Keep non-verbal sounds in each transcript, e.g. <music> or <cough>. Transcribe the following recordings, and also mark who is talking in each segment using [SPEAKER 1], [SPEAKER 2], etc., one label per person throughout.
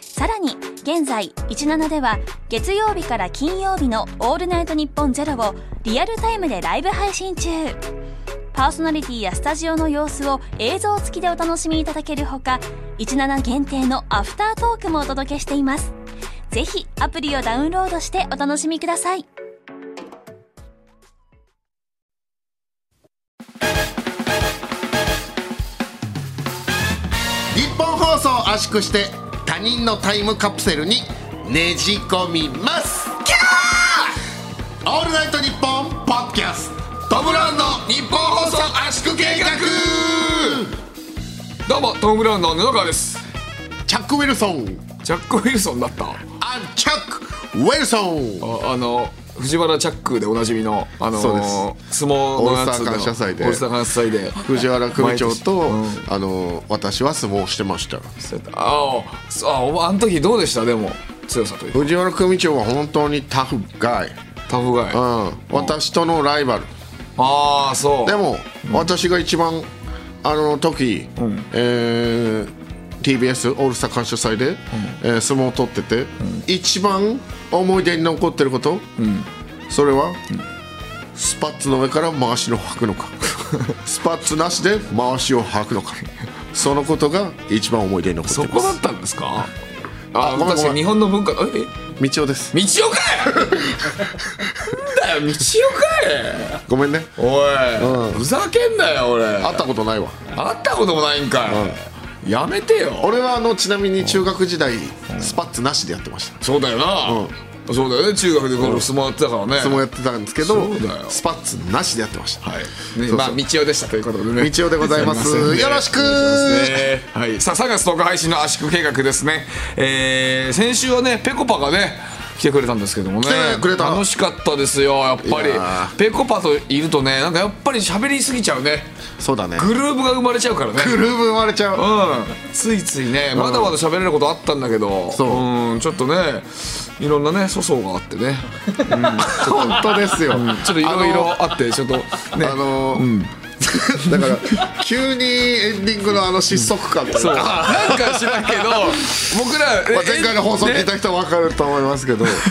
[SPEAKER 1] さらに現在17では月曜日から金曜日の「オールナイトニッポンゼロをリアルタイムでライブ配信中パーソナリティやスタジオの様子を映像付きでお楽しみいただけるほか17限定のアフタートークもお届けしていますぜひアプリをダウンロードしてお楽しみください
[SPEAKER 2] 日本放送を圧縮して他人のタイムカプセルにねじ込みますキャーオールナイトニッポンポッドキャストトム・ブラウンの日本放送圧縮計画
[SPEAKER 3] どうもトム・ブラウンの布川です
[SPEAKER 2] チャック・ウィルソン
[SPEAKER 3] ジャック・ウィルソンだった
[SPEAKER 2] アンチャック・ウィルソン
[SPEAKER 3] ああの藤原チャックでおなじみのあの
[SPEAKER 2] そうで
[SPEAKER 3] 相撲の
[SPEAKER 2] オー
[SPEAKER 3] やつの
[SPEAKER 2] ルスター感謝祭で
[SPEAKER 3] オールスター感謝祭で
[SPEAKER 2] 藤原組長と、
[SPEAKER 3] 毎年
[SPEAKER 2] あの私は相撲をしてました
[SPEAKER 3] ああそうあお前あの時どうでしたでも強さというか
[SPEAKER 2] 藤原組長は本当にタフガイ、
[SPEAKER 3] タフガイ
[SPEAKER 2] う
[SPEAKER 3] あ
[SPEAKER 2] ん、私とのライバル
[SPEAKER 3] あそう
[SPEAKER 2] でも、私が一番あの時、えー TBS オールスター感謝祭で、えー相撲を取ってて、一番思い出に残ってること、それは、スパッツの上から回しを吐く
[SPEAKER 3] <laughs>
[SPEAKER 2] のかスパッツなしで回しを吐くのかそのことが一番思い出に残って
[SPEAKER 3] そ
[SPEAKER 2] ます
[SPEAKER 3] こだったんですかあ
[SPEAKER 2] あ
[SPEAKER 3] あ
[SPEAKER 2] ごめん
[SPEAKER 3] 確か
[SPEAKER 2] ごめ
[SPEAKER 3] に
[SPEAKER 2] ん
[SPEAKER 3] 日本の文化ええ
[SPEAKER 2] 道夫です
[SPEAKER 3] 道夫かいなんだよ道夫かい
[SPEAKER 2] ごめんね
[SPEAKER 3] おい、ふざけんなよ俺
[SPEAKER 2] 会ったことないわ
[SPEAKER 3] 会ったこともないんかい、やめてよ
[SPEAKER 2] 俺はあのちなみに中学時代スパッツなしでやってました
[SPEAKER 3] そうだよな、そうだよね中学でゴルフ相撲やってたからね
[SPEAKER 2] 相撲やってたんですけど
[SPEAKER 3] そうだよ
[SPEAKER 2] スパッツなしでやってました
[SPEAKER 3] はい、ね
[SPEAKER 2] そう
[SPEAKER 3] まあ道夫でしたということでね
[SPEAKER 2] 道夫でございます
[SPEAKER 3] <laughs>
[SPEAKER 2] よろしく
[SPEAKER 3] お願いしますねはい、さあ3月10日配信の圧縮計画ですね、えー、先週はねぺこぱがね来てくれたんですけどもね
[SPEAKER 2] 来てくれた
[SPEAKER 3] 楽しかったですよやっぱり
[SPEAKER 2] いや
[SPEAKER 3] ぺこぱといるとねなんかやっぱり喋りすぎちゃうね
[SPEAKER 2] そうだね
[SPEAKER 3] グルーブが生まれちゃうからね
[SPEAKER 2] グルーブ生まれちゃう
[SPEAKER 3] うん、ついついねまだまだ喋れることあったんだけど
[SPEAKER 2] そうん
[SPEAKER 3] ちょっとねいろんなね粗相があってね
[SPEAKER 2] 本当ですよ
[SPEAKER 3] ちょっといろいろあってちょっと
[SPEAKER 2] あ
[SPEAKER 3] ね
[SPEAKER 2] のあの <laughs> だから急にエンディングのあの失速感という
[SPEAKER 3] そう
[SPEAKER 2] か
[SPEAKER 3] なんか知らんけど僕ら、
[SPEAKER 2] まあ前回の放送聞い
[SPEAKER 3] ね
[SPEAKER 2] た人は分かると思いますけどなんか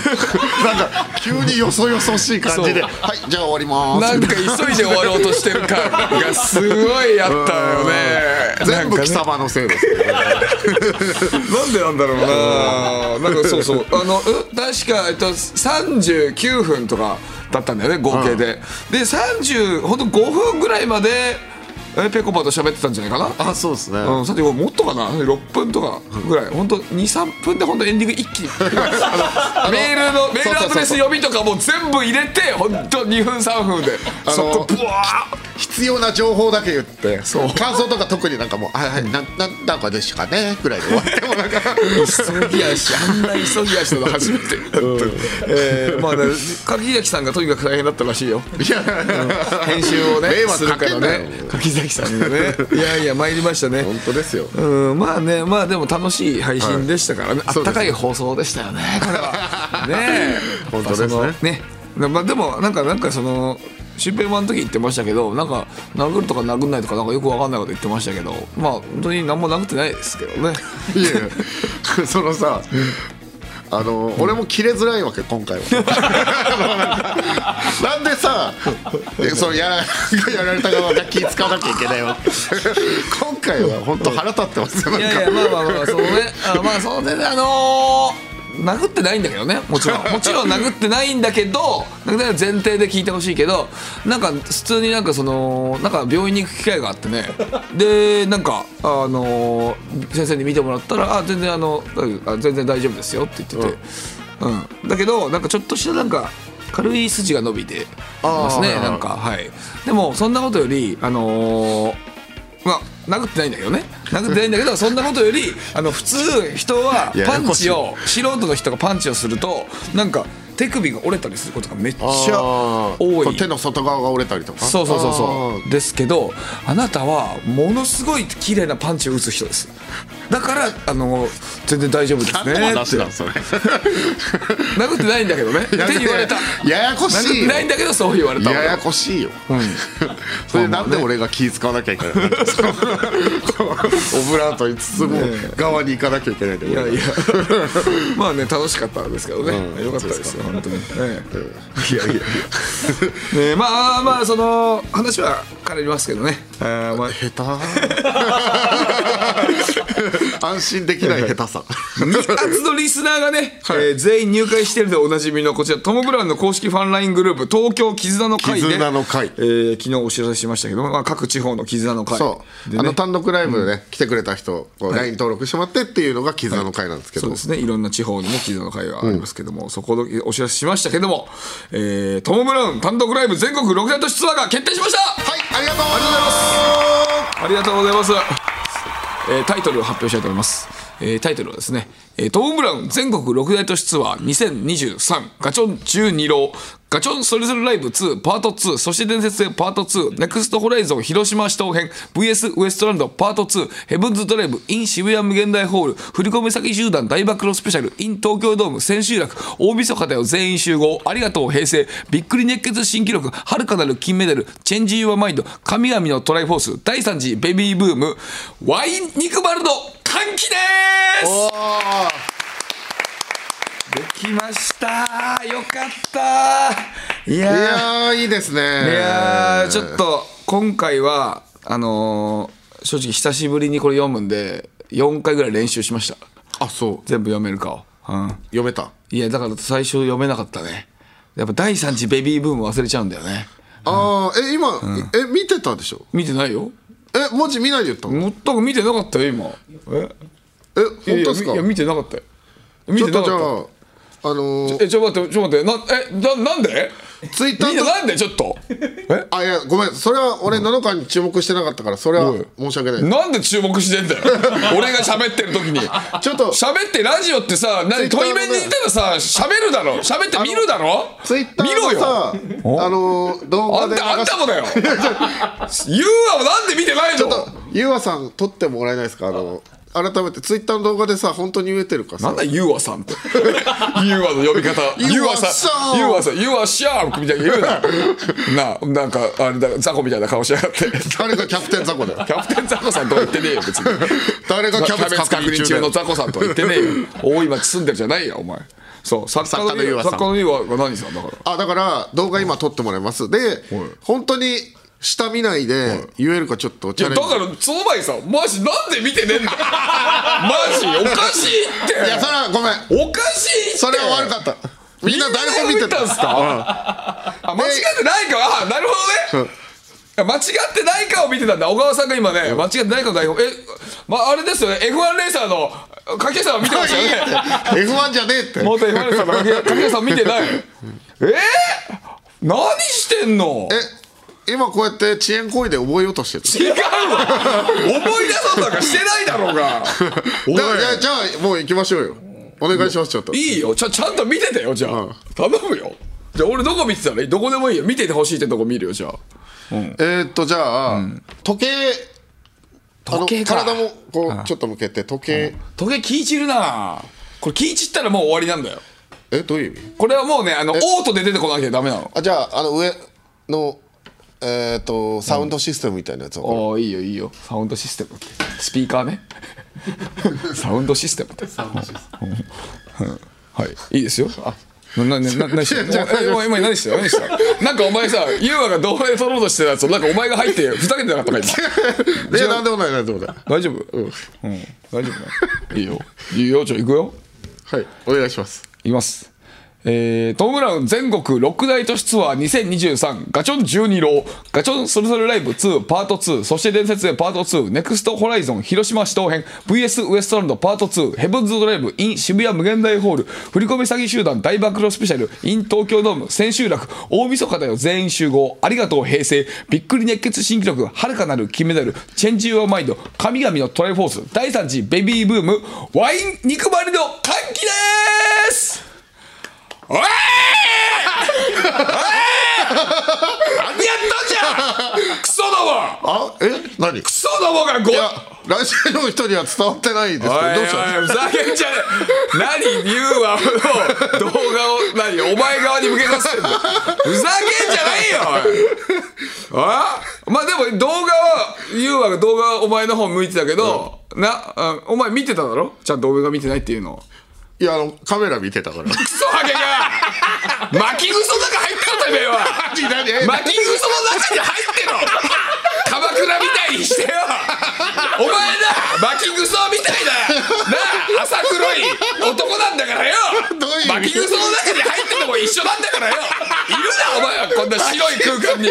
[SPEAKER 2] 急によそよそしい感じで「
[SPEAKER 3] そう
[SPEAKER 2] はいじゃあ終わりま
[SPEAKER 3] なん
[SPEAKER 2] ー
[SPEAKER 3] か急いで終わろうとしてる感がすごいあったよね
[SPEAKER 2] す」全部貴
[SPEAKER 3] なんかね
[SPEAKER 2] 様のせいですね
[SPEAKER 3] なんでなんだろうななんかそうそうあのう確か、えっと、39分とかだったんだよね合計で、で30ほんと5分ぐらいまでえぺこぱと喋ってたんじゃないかな
[SPEAKER 2] あそうですね
[SPEAKER 3] うん、さてもっとかな6分とかぐらい、本当23分で本当エンディング一気に <laughs> あのメールのメールアドレス読みとかも全部入れて本当2分3分で
[SPEAKER 2] の
[SPEAKER 3] そこブワー
[SPEAKER 2] 必要な情報だけ言って
[SPEAKER 3] そう
[SPEAKER 2] 感想とか特になんかもう「はいはいなななんかでしたかね」ぐらいで終わっても
[SPEAKER 3] <laughs>
[SPEAKER 2] なんか
[SPEAKER 3] 急ぎ足あんな急ぎ
[SPEAKER 2] <laughs>
[SPEAKER 3] 足なの初めて、えーまあね柿崎さんがとにかく大変だったらしいよ
[SPEAKER 2] いや
[SPEAKER 3] <laughs> 編集をね
[SPEAKER 2] 迷
[SPEAKER 3] す
[SPEAKER 2] 惑
[SPEAKER 3] る
[SPEAKER 2] か
[SPEAKER 3] か
[SPEAKER 2] け
[SPEAKER 3] ら
[SPEAKER 2] んなよ
[SPEAKER 3] <laughs> ね柿崎さんがね <laughs> いやいや参りましたね
[SPEAKER 2] 本当ですよ
[SPEAKER 3] うんまあねまあでも楽しい配信でしたからね、あ
[SPEAKER 2] そう
[SPEAKER 3] っ
[SPEAKER 2] で
[SPEAKER 3] た
[SPEAKER 2] すね
[SPEAKER 3] かい放送でしたよねこれは
[SPEAKER 2] <laughs>
[SPEAKER 3] ねえ
[SPEAKER 2] 本当ですね
[SPEAKER 3] やっぱそのねなまあでもなんかなんかそのシュウペイマンの時言ってましたけどなんか殴るとか殴んないとかなんかよくわかんないこと言ってましたけどまあ本当に何も殴ってないですけどね
[SPEAKER 2] いやいやそのさあの俺も切れづらいわけ今回 <laughs> はなんでさえそのやらやられた側が気使わなきゃいけないわけ今回は本当腹立ってますよな
[SPEAKER 3] い
[SPEAKER 2] ん
[SPEAKER 3] やい
[SPEAKER 2] か
[SPEAKER 3] やまあまあまあそのねあまあそのねあのー殴ってないんだけどねもちろんもちろん殴ってないんだけど殴ってない前提で聞いてほしいけどなんか普通になんかそのなんか病院に行く機会があってねでなんかあのー先生に見てもらったら「あ全然あのあ全然大丈夫ですよ」って言ってて、うん、だけどなんかちょっとしたなんか軽い筋が伸びてますね
[SPEAKER 2] あーはいはい
[SPEAKER 3] なんかはいでもそんなことよりあのーまあ殴ってないんだけどね殴ってないんだけ
[SPEAKER 2] <laughs>
[SPEAKER 3] どそんなことよりあの普通人はい
[SPEAKER 2] や
[SPEAKER 3] パンチを素人の人がパンチをするとなんか手首が折れたりすることがめっちゃ
[SPEAKER 2] あー
[SPEAKER 3] 多
[SPEAKER 2] こ
[SPEAKER 3] いう
[SPEAKER 2] 手の外側が折れたりとか
[SPEAKER 3] そうそうそう
[SPEAKER 2] あ
[SPEAKER 3] そうですけどあなたはものすごい綺麗なパンチを打つ人ですだからあの全然大丈夫ですねって
[SPEAKER 2] ー何の話だ
[SPEAKER 3] 殴
[SPEAKER 2] それ
[SPEAKER 3] ってないんだけ
[SPEAKER 2] <laughs>
[SPEAKER 3] どねって言われた
[SPEAKER 2] ややこ
[SPEAKER 3] 殴っ
[SPEAKER 2] しい
[SPEAKER 3] て
[SPEAKER 2] よ
[SPEAKER 3] ないんだけどそう言われた
[SPEAKER 2] ややこしいよ、 <laughs> それなんで俺が気使わなきゃいけないの <laughs> オブラートに包む側に行かなきゃいけないんだよ
[SPEAKER 3] い
[SPEAKER 2] 俺が
[SPEAKER 3] やいやまあね楽しかったですけどね、よかったですよ本当に、ねいやいやいや、ね、まあまあその話は変わりますけどねあー
[SPEAKER 2] <laughs>
[SPEAKER 3] まあ
[SPEAKER 2] 下手 <laughs> 安心できない下
[SPEAKER 3] <laughs>
[SPEAKER 2] 手さ
[SPEAKER 3] 熱のリスナーがね、えー全員入会してるでおなじみのこちらトム・ブラウンの公式ファンライングループ東京絆の会で
[SPEAKER 2] 絆の会
[SPEAKER 3] えー昨日お知らせしましたけど、まあ、各地方の絆の会
[SPEAKER 2] そう、
[SPEAKER 3] でね
[SPEAKER 2] あの単独ライブでね、来てくれた人こう LINE 登録してもらってっていうのが絆の会なんですけど、
[SPEAKER 3] そうですねいろんな地方にも絆の会がありますけども、そこでお知らせしましたけども、えートム・ブラウン単独ライブ全国6大都市ツアーが決定しました
[SPEAKER 2] はいありがとうございます
[SPEAKER 3] ありがとうございます。えータイトルを発表したいと思います。えータイトルはですね、えートム・ブラウン全国六大都市ツアー2023ガチョン12郎ガチョンそれぞれライブ2パート2そして伝説へパート2ネクストホライゾン広島市東編 VS ウエストランドパート2ヘブンズドライブ in 渋谷無限大ホール振り込み先集団大暴露スペシャル in 東京ドーム千秋楽大晦日だよ全員集合ありがとう平成びっくり熱血新記録遥かなる金メダルチェンジ・ユア・マインド神々のトライフォース第3次ベビーブームワイン・ニクバルド歓喜です
[SPEAKER 2] お
[SPEAKER 3] できましたよかった
[SPEAKER 2] ー
[SPEAKER 3] いや
[SPEAKER 2] い
[SPEAKER 3] ー
[SPEAKER 2] やーいいですね
[SPEAKER 3] いやーちょっと今回はあのー正直久しぶりにこれ読むんで4回ぐらい練習しました
[SPEAKER 2] あそう
[SPEAKER 3] 全部読めるかを、うん、
[SPEAKER 2] 読めた
[SPEAKER 3] いやだから最初読めなかったねやっぱ第3次ベビーブーム忘れちゃうんだよね
[SPEAKER 2] あーえ今、え見てたでしょ
[SPEAKER 3] 見てないよ
[SPEAKER 2] え文字見ないで言ったの
[SPEAKER 3] 全く見てなかったよ今え
[SPEAKER 2] え本当
[SPEAKER 3] いや
[SPEAKER 2] ですか
[SPEAKER 3] いや見てなかったよ見
[SPEAKER 2] ちょ
[SPEAKER 3] て
[SPEAKER 2] っ
[SPEAKER 3] な
[SPEAKER 2] とじゃ
[SPEAKER 3] かっ
[SPEAKER 2] ああのー
[SPEAKER 3] たえちょっと待ってちょっと待ってなえななんで
[SPEAKER 2] ツイッタ
[SPEAKER 3] み
[SPEAKER 2] ー
[SPEAKER 3] んな
[SPEAKER 2] と
[SPEAKER 3] なんでちょっとえ
[SPEAKER 2] あいやごめんそれは俺7日に注目してなかったからそれは申し訳ない
[SPEAKER 3] なんで注目してんだ
[SPEAKER 2] <laughs>
[SPEAKER 3] よ俺が喋ってる時に
[SPEAKER 2] ちょっと
[SPEAKER 3] 喋ってラジオってさ何
[SPEAKER 2] Twitter
[SPEAKER 3] 対
[SPEAKER 2] のね
[SPEAKER 3] 面にいたらさ喋るだろ喋って見るだろ
[SPEAKER 2] ツイッタ
[SPEAKER 3] 見ろ
[SPEAKER 2] ーの
[SPEAKER 3] よ
[SPEAKER 2] さあのー動画
[SPEAKER 3] あん
[SPEAKER 2] で流
[SPEAKER 3] たあん
[SPEAKER 2] した
[SPEAKER 3] もだよユーアはなんで見てないの
[SPEAKER 2] ちょっとゆうあさん撮ってもらえないですかあの改めてツイッターの動画でさ本当に言えてるか
[SPEAKER 3] な
[SPEAKER 2] さ
[SPEAKER 3] んだユーアさんって。 <laughs> ユーアの呼び方。ユ
[SPEAKER 2] ユ
[SPEAKER 3] ー
[SPEAKER 2] ー
[SPEAKER 3] ア
[SPEAKER 2] ア
[SPEAKER 3] さ
[SPEAKER 2] さ
[SPEAKER 3] ん。
[SPEAKER 2] ん
[SPEAKER 3] ユーアさん。ユーアシャークみたいに言う <laughs> な。な、なんか、あれだ、ザコみたいな顔しやがって。 <laughs>
[SPEAKER 2] 誰がキャプテン雑魚だよ
[SPEAKER 3] キャプテンザコさんとは言ってねえよ、別に。
[SPEAKER 2] 誰がキャベツ
[SPEAKER 3] キ
[SPEAKER 2] 確認中
[SPEAKER 3] の
[SPEAKER 2] の
[SPEAKER 3] ザコさんとは言ってねえよ。大井町住んでるじゃないよ、お前。そう、作家のユーア。
[SPEAKER 2] 作
[SPEAKER 3] 作
[SPEAKER 2] 家
[SPEAKER 3] 家の
[SPEAKER 2] の
[SPEAKER 3] ユーアが何さんだから。
[SPEAKER 2] あだから動画今撮ってもらいますで本当に下見ないで言えるかちょっと
[SPEAKER 3] い
[SPEAKER 2] チャ
[SPEAKER 3] や
[SPEAKER 2] レンジ
[SPEAKER 3] だからその前にさマジなんで見てねえんだよマジおかしいって
[SPEAKER 2] いやそれはごめん
[SPEAKER 3] おかしいって
[SPEAKER 2] それは悪かったみんな誰も見て
[SPEAKER 3] みんな誰も見たんすかあ間違ってないかあなるほどね間違ってないかを見てたんだ小川さんが今ね間違ってないかの代表え、ま、あれですよね F1 レーサーの掛けさんを見て
[SPEAKER 2] <laughs>
[SPEAKER 3] ましたよね
[SPEAKER 2] F1 じゃねえって
[SPEAKER 3] 元 F1 レーサーの掛け掛けさん見て
[SPEAKER 2] <laughs>
[SPEAKER 3] ないえー、何してんの
[SPEAKER 2] え今こうやって遅延行為で覚えようとしてる
[SPEAKER 3] 違うわ思い出そうとかしてないだろうがお
[SPEAKER 2] <laughs>
[SPEAKER 3] い
[SPEAKER 2] だからじゃあじゃあもう行きましょうよお願いしますちょっと
[SPEAKER 3] いいよちゃちゃんと見ててよじゃあ、
[SPEAKER 2] うん
[SPEAKER 3] 頼むよじゃあ俺どこ見てたらいいどこでもいいよ見ててほしいってとこ見るよじゃあ
[SPEAKER 2] えーっとじゃあ、時計あの
[SPEAKER 3] 時計か
[SPEAKER 2] 体もこうちょっと向けて時計、
[SPEAKER 3] 時計気い散るなこれ気い散ったらもう終わりなんだよ
[SPEAKER 2] えどういう意味
[SPEAKER 3] これはもうねあのオートで出てこなきゃダメなの
[SPEAKER 2] あじゃああの上のえーっとサウンドシステムみたいなやつを、
[SPEAKER 3] ああいいよいいよサウンドシステムってスピーカー <laughs> ねサウンドシステムってサウンドシステムはいいいですよあなな <laughs> な何してたおえ今今何してた何してたなんかお前さ優馬が動画で撮ろうとしてたやつをなんかお前が入ってふざけてなかった <laughs> か今
[SPEAKER 2] いやなんでもないなんでもない
[SPEAKER 3] 大丈夫うん、大丈夫だいいよいいよちょ行くよ
[SPEAKER 2] はいお願いします
[SPEAKER 3] いきます。えー、トム・ブラウン全国6大都市ツアー2023ガチョン12郎ガチョンそれぞれライブ2パート2そして伝説へパート2ネクストホライゾン広島市東編 VS ウエストランドパート2ヘブンズドライブ in 渋谷無限大ホール振り込み詐欺集団大暴露スペシャル in 東京ドーム千秋楽大晦日だよ全員集合ありがとう平成びっくり熱血新記録遥かなる金メダルチェンジ・ユア・マインド神々のトライフォース第3次ベビーブームワイン肉まりの歓喜ですおいったじゃんクソども
[SPEAKER 2] あえ何い
[SPEAKER 3] クソどもがご
[SPEAKER 2] や来週の人には伝わってないですけど
[SPEAKER 3] おいおい
[SPEAKER 2] どうした
[SPEAKER 3] ふざけんじゃねえ何言うわの動画を何お前側に向けさせてんのふざけんじゃないよおいあまあでも動画は言うわ動画はお前の方向いてたけど、なあお前見てただろちゃんと動画見てないっていうの
[SPEAKER 2] いやあのカメラ見てたから
[SPEAKER 3] クソハゲ
[SPEAKER 2] <laughs>
[SPEAKER 3] が巻きぐその中入ってろてめえは
[SPEAKER 2] 何何え
[SPEAKER 3] 巻きぐその中に入ってろ鎌倉みたいにしてよお前な巻きぐそみたいなな浅黒い男なんだからよ
[SPEAKER 2] どういう意味
[SPEAKER 3] 巻きぐその中に入ってても一緒なんだからよいるなお前はこんな白い空間に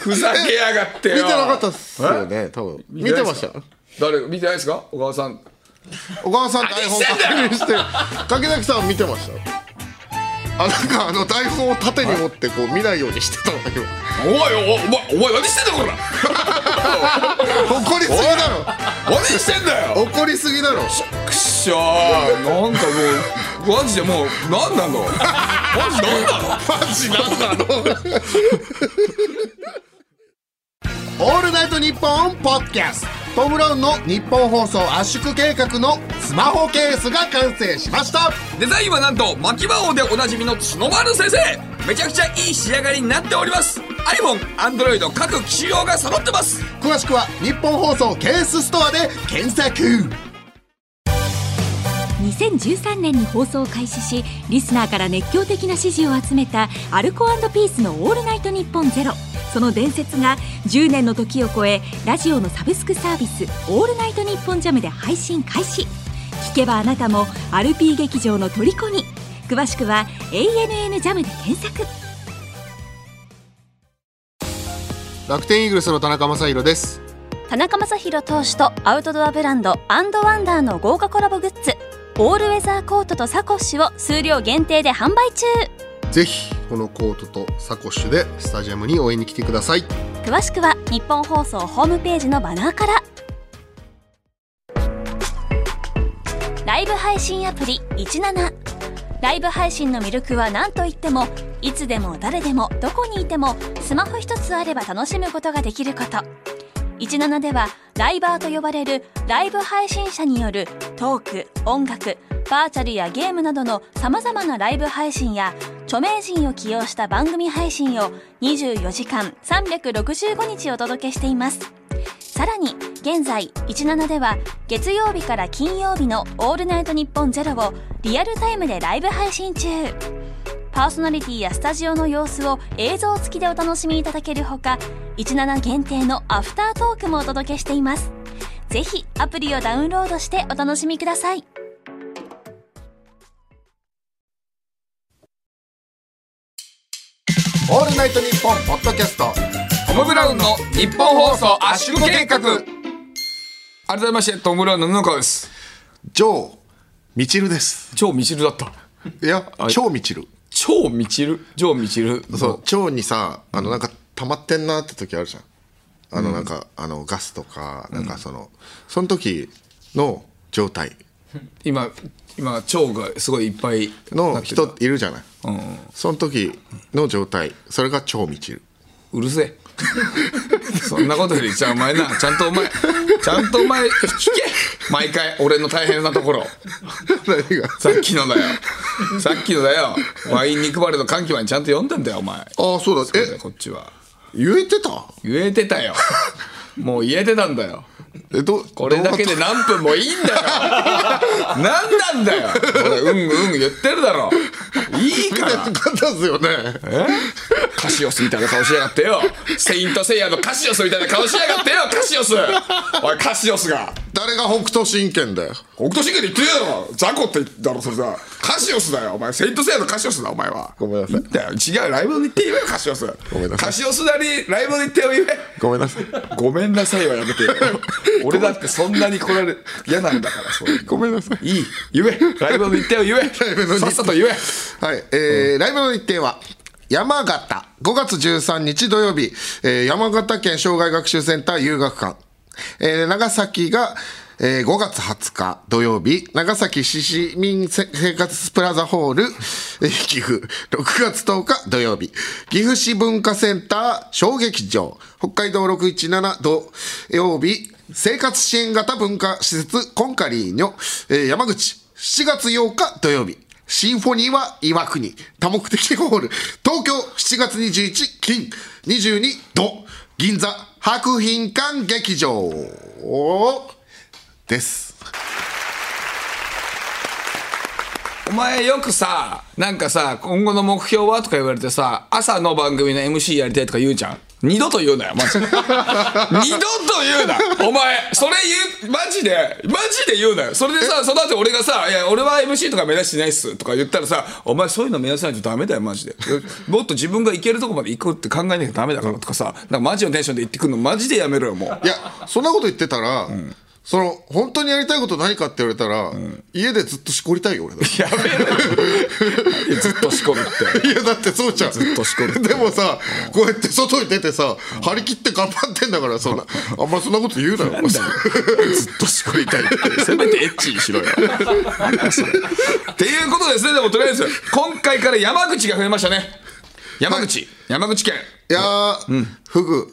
[SPEAKER 3] ふざけやがってよ
[SPEAKER 2] 見てなかったっすよね多分見てました
[SPEAKER 3] 誰見てないですか小川さん
[SPEAKER 2] 小川さん台本確認して柿崎さん見てましたあなんかあの台本を縦に持ってこう見ないようにして <laughs> たの今
[SPEAKER 3] おいおお前お前何してんだこら
[SPEAKER 2] 怒りすぎだろ
[SPEAKER 3] 何してんだよ
[SPEAKER 2] 怒りすぎだろ
[SPEAKER 3] くっしゃーなんかもうマジでもう何なのマジ何なの
[SPEAKER 2] マジなんだろオールナイトニッポンポッドキャストトム・ブラウンの日本放送圧縮計画のスマホケースが完成しました
[SPEAKER 3] デザインはなんと巻き魔王でおなじみの角丸先生めちゃくちゃいい仕上がりになっております iPhone、Android 各機種用が揃ってます
[SPEAKER 2] 詳しくは日本放送ケースストアで検索
[SPEAKER 4] 2013年に放送を開始しリスナーから熱狂的な支持を集めたアルコピースの「オールナイトニッポンゼロその伝説が10年の時を超えラジオのサブスクサービス「オールナイトニッポンジャムで配信開始聞けばあなたもアルピー劇場の虜に詳しくは「ANN ジャムで検索
[SPEAKER 2] 楽天イーグルスの田中将大です
[SPEAKER 1] 田中将大投手とアウトドアブランドアンドワンダーの豪華コラボグッズオールウェザーコートとサコッシュを数量限定で販売中
[SPEAKER 2] ぜひこのコートとサコッシュでスタジアムに応援に来てください
[SPEAKER 1] 詳しくは日本放送ホームページのバナーからライブ配信アプリ17ライブ配信の魅力は何といってもいつでも誰でもどこにいてもスマホ一つあれば楽しむことができること17ではライバーと呼ばれるライブ配信者によるトーク音楽バーチャルやゲームなどのさまざまなライブ配信や著名人を起用した番組配信を24時間365日お届けしていますさらに現在17では月曜日から金曜日の「オールナイトニッポンゼロをリアルタイムでライブ配信中パーソナリティやスタジオの様子を映像付きでお楽しみいただけるほか17限定のアフタートークもお届けしていますぜひアプリをダウンロードしてお楽しみください
[SPEAKER 2] オールナイトニッポンポッドキャスト
[SPEAKER 3] トム・ブラウンの日本放送圧縮計画改めましてトム・ブラウンの布川です
[SPEAKER 2] ジョーミチルです
[SPEAKER 3] 超ミチルだった
[SPEAKER 2] いや
[SPEAKER 3] い
[SPEAKER 2] 超ミチル
[SPEAKER 3] 超ミチル超ミチル
[SPEAKER 2] そう超にさあのなんか溜まってんなって時あるじゃんあのなんか、あのガスとかなんかその、その時の状態
[SPEAKER 3] 今今超がすごいいっぱいな
[SPEAKER 2] の
[SPEAKER 3] ってた
[SPEAKER 2] 人いるじゃない、その時の状態それが超ミチル
[SPEAKER 3] うるせえ <laughs> そんなことよりじゃあお前なちゃんとお前ちゃんとお前聞け毎回俺の大変なところ
[SPEAKER 2] <laughs> 何が
[SPEAKER 3] さっきのだよさっきのだよワイン肉バレの歓喜までちゃんと読んだんだよお前
[SPEAKER 2] ああそうだえ
[SPEAKER 3] こっちは
[SPEAKER 2] 言えてた
[SPEAKER 3] 言えてたよもう言えてたんだよ
[SPEAKER 2] えど
[SPEAKER 3] これだけで
[SPEAKER 2] どう
[SPEAKER 3] 何分もいいんだよ何なんだよ俺うんうん言ってるだろいいか
[SPEAKER 2] な
[SPEAKER 3] ら
[SPEAKER 2] <laughs> った方ですよね
[SPEAKER 3] カシオスみたいな顔しやがってよセイントセイヤのカシオスみたいな顔しやがってよカシオスおいカシオスが
[SPEAKER 2] 誰が北斗神拳だよ
[SPEAKER 3] 北斗神拳で言ってねえだろザコって言ったろそれさカシオスだよお前セイントセイヤのカシオスだお前は
[SPEAKER 2] ごめんなさい
[SPEAKER 3] だよ違うライブで言って言えよカシオス
[SPEAKER 2] ごめんなさい
[SPEAKER 3] カシオスなりライブで言って言
[SPEAKER 2] ごめんなさい
[SPEAKER 3] えごめんなさいはやめ <laughs> てよ俺だってそんなに来られ嫌なんだからそういうの
[SPEAKER 2] ごめんなさい
[SPEAKER 3] いい言えライブの日程を言
[SPEAKER 2] ブの
[SPEAKER 3] え
[SPEAKER 2] 日程
[SPEAKER 3] さっさと言え
[SPEAKER 2] はい、えーライブの日程は山形5月13日土曜日、えー山形県障害学習センター遊学館、えー長崎が、えー5月20日土曜日、長崎市市民生活プラザホール、えー岐阜。6月10日土曜日、岐阜市文化センター小劇場、北海道617土曜日、生活支援型文化施設コンカリーニョ、えー山口。7月8日土曜日、シンフォニーは岩国、多目的ホール、東京7月21金、22土、銀座博品館劇場です。
[SPEAKER 3] お前よくさなんかさ今後の目標はとか言われてさ朝の番組の MC やりたいとか言うじゃん二度と言うなよマジ <laughs> で二度と言うなお前それ言うマジでマジで言うなよそれでさその後俺がさ「いや俺は MC とか目指してないっす」とか言ったらさ「お前そういうの目指さないとダメだよマジでもっと自分が行けるとこまで行くって考えなきゃダメだから」とかさなんかマジのテンションで言ってくるのマジでやめろよもう
[SPEAKER 2] いや、そんなこと言ってたら、その、本当にやりたいこと何かって言われたら、家でずっとしこりたいよ、俺だ。
[SPEAKER 3] やめ <laughs> ろよずっとしこるっ
[SPEAKER 2] <laughs>
[SPEAKER 3] て
[SPEAKER 2] いやだってそうじゃん
[SPEAKER 3] ずっとしこる
[SPEAKER 2] でもさこうやって外に出てさ張り切って頑張ってんだからそんなあんまそんなこと言うなよずっとしこりたいって
[SPEAKER 3] せめてエッチにしろよ。っていうことですね、でもとりあえず、今回から山口が増えましたね。山口、山口県。
[SPEAKER 2] <laughs> いやー、フグ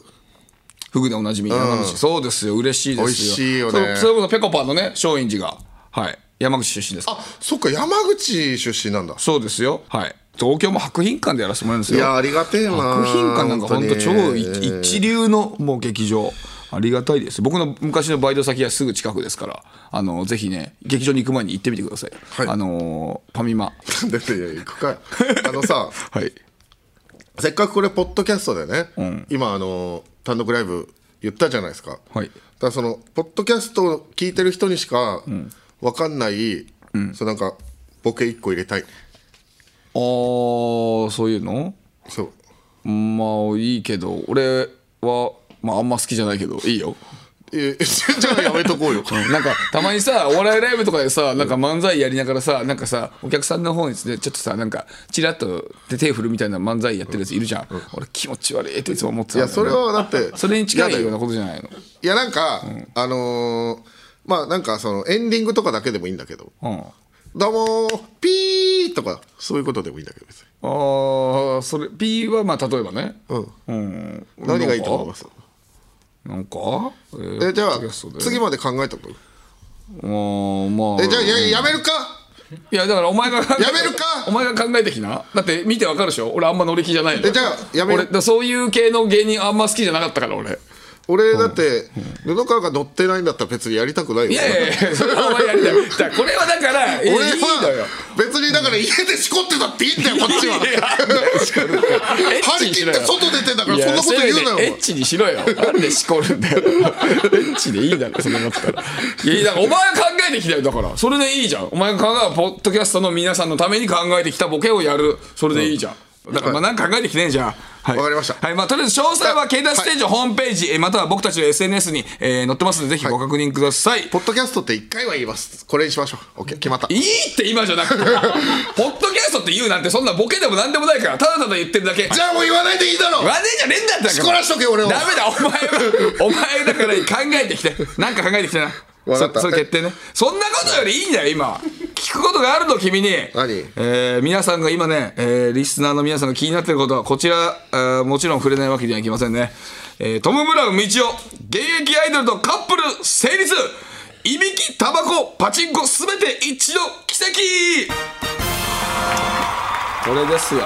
[SPEAKER 3] フグでおなじみ、山口。そうですよ、嬉しいですよ。
[SPEAKER 2] 美味しいよね
[SPEAKER 3] そうそれこそ、ぺこぱのね、松陰寺が、はい、山口出身です。
[SPEAKER 2] あそっか山口出身なんだ
[SPEAKER 3] そうですよ、はい。東京も博品館でやらせてもらうんです
[SPEAKER 2] い
[SPEAKER 3] よ。
[SPEAKER 2] やーありがてえな
[SPEAKER 3] 作品館なんか本当超
[SPEAKER 2] に
[SPEAKER 3] 一一流のもう劇場ありがたいです僕の昔のバイト先はすぐ近くですからあのぜひね劇場に行く前に行ってみてください、
[SPEAKER 2] はい
[SPEAKER 3] あのーファミマ
[SPEAKER 2] なんでいや行くかいあの <laughs> さ
[SPEAKER 3] はい
[SPEAKER 2] せっかくこれポッドキャストでね、今あの単独ライブ言ったじゃないですか、
[SPEAKER 3] はい
[SPEAKER 2] だからそのポッドキャストを聞いてる人にしかわかんない、そうなんかボケ一個入れたい
[SPEAKER 3] あーそういうの
[SPEAKER 2] そう
[SPEAKER 3] まあいいけど俺はまああんま好きじゃないけどいいよ
[SPEAKER 2] えじゃあやめとこ <laughs> うよ
[SPEAKER 3] なんかたまに <laughs> さお笑いライブとかでさなんか漫才やりながらさなんかさお客さんの方にですねちょっとさなんかチラッとで手振るみたいな漫才やってるやついるじゃん、俺気持ち悪いっていつも思ってた
[SPEAKER 2] い
[SPEAKER 3] んだ
[SPEAKER 2] や
[SPEAKER 3] よね
[SPEAKER 2] それはだって
[SPEAKER 3] それに近
[SPEAKER 2] 嫌
[SPEAKER 3] い
[SPEAKER 2] だ
[SPEAKER 3] ようなことじゃないの
[SPEAKER 2] いやなんか、あのーまあなんかそのエンディングとかだけでもいいんだけど
[SPEAKER 3] うんあ
[SPEAKER 2] 「どうもーピー」とかそういうことでもいいんだけど別に
[SPEAKER 3] あーそれ P はまあ例えばね
[SPEAKER 2] うん
[SPEAKER 3] うん
[SPEAKER 2] 何がいいと思います
[SPEAKER 3] なんかえ
[SPEAKER 2] えじゃあ
[SPEAKER 3] ポッドキャストで
[SPEAKER 2] 次まで考えとく
[SPEAKER 3] うんまあ
[SPEAKER 2] えじゃあややめるか
[SPEAKER 3] いやだからお前がや
[SPEAKER 2] やめるか
[SPEAKER 3] お前が考えてきなだって見てわかるでしょ俺あんま乗り気じゃないの
[SPEAKER 2] えじゃあやめ
[SPEAKER 3] 俺
[SPEAKER 2] る
[SPEAKER 3] だからそういう系の芸人あんま好きじゃなかったから俺
[SPEAKER 2] 俺だって布川が乗ってないんだったら別にやりたくないよ
[SPEAKER 3] いやいやいやそれはお前やりたいだからこれはだからえいい
[SPEAKER 2] 俺
[SPEAKER 3] のよ
[SPEAKER 2] は別にだから家でしこってたっていいんだよこっちは <laughs> 張り切って外出てんだからそんなこと言うなよお前
[SPEAKER 3] いやせめてエッチにしろよなんでしこるんだよエッチでいいだろそんなのだったらいやいやだからお前が考えてきたよだからそれでいいじゃんお前が考えたポッドキャストの皆さんのために考えてきたボケをやるそれでいいじゃん、だからまあなんか考えてきてねえじゃんはい、
[SPEAKER 2] わかりました
[SPEAKER 3] はいまあ、とりあえず詳細は経済ステージホームページ、えーまたは僕たちの SNS に、えー載ってますのでぜひご確認ください、
[SPEAKER 2] ポッドキャストって一回は言いますこれにしましょう OK 決まった
[SPEAKER 3] いいって今じゃな
[SPEAKER 2] <laughs>
[SPEAKER 3] くてポッドキャストって言うなんてそんなボケでもなんでもないからただただ言ってるだけ
[SPEAKER 2] じゃあもう言わないでいいだろ
[SPEAKER 3] 言わねえじゃねえんだったら
[SPEAKER 2] しこらしとけ俺を
[SPEAKER 3] ダメだお前はお前だから考えてきてなんか考えてきてな
[SPEAKER 2] わかった
[SPEAKER 3] そそれ決定ねそんなことよりいいんだよ今は聞くことがあるの君に
[SPEAKER 2] 何
[SPEAKER 3] えー皆さんが今ね、えーリスナーの皆さんが気になってることはこちら、えーもちろん触れないわけにはいきませんね、えートム・ブラウン道夫現役アイドルとカップル成立いびきタバコパチンコすべて一致の奇跡これですよ。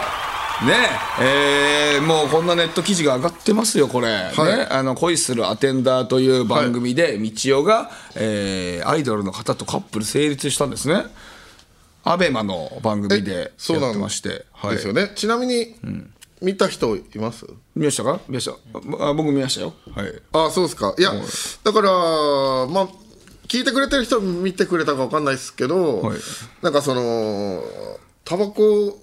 [SPEAKER 3] ねええーもうこんなネット記事が上がってますよ、これ、ねあの。恋するアテンダーという番組で、みちおが、えーアイドルの方とカップル成立したんですね。アベマの番組で
[SPEAKER 2] そ
[SPEAKER 3] や
[SPEAKER 2] うな
[SPEAKER 3] っ
[SPEAKER 2] ん
[SPEAKER 3] てまして、はい、
[SPEAKER 2] ですよねちなみに見た人います
[SPEAKER 3] 見ましたか見ましたああ僕見ましたよ、はい、
[SPEAKER 2] ああそうですかいやだからまあ聞いてくれてる人見てくれたかわかんないですけど、
[SPEAKER 3] はい
[SPEAKER 2] なんかそのタバコ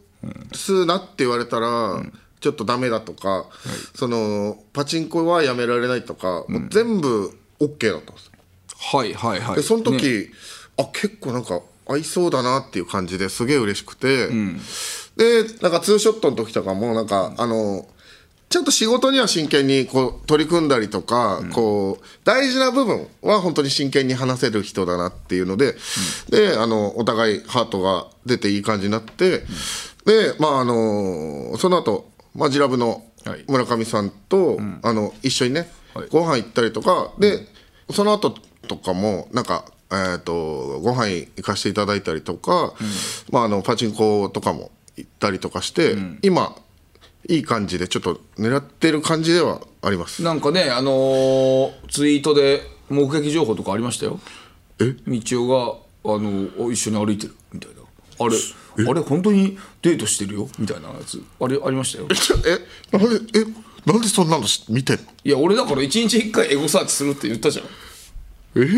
[SPEAKER 2] 吸うなって言われたら、ちょっとダメだとか、そのパチンコはやめられないとか、もう全部 OK だったんですよ
[SPEAKER 3] はいはいはい
[SPEAKER 2] でその時、あ結構なんか合いそうだなっていう感じですげえ嬉しくて、でなんかツーショットの時とかもなんか、あのちゃんと仕事には真剣にこう取り組んだりとか、こう大事な部分は本当に真剣に話せる人だなっていうので、であのお互いハートが出ていい感じになって、でまああのその後マジラブの
[SPEAKER 3] はい
[SPEAKER 2] 村上さんと、あの一緒にね、
[SPEAKER 3] はい
[SPEAKER 2] ご飯行ったりとかで、その後とかもなんか、えー、とご飯行かせていただいたりとか、まあ、あのパチンコとかも行ったりとかして、今いい感じでちょっと狙ってる感じではあります
[SPEAKER 3] なんかね、あのーツイートで目撃情報とかありましたよ。
[SPEAKER 2] え
[SPEAKER 3] 道夫が、あのお一緒に歩いてるみたいな。あれ、あれ、本当にデートしてるよみたいなやつ。あれ、ありましたよ。
[SPEAKER 2] ちょえなんでえなんでそんなのし見てんの
[SPEAKER 3] いや、俺だから一日一回エゴサーチするって言ったじゃん。
[SPEAKER 2] えー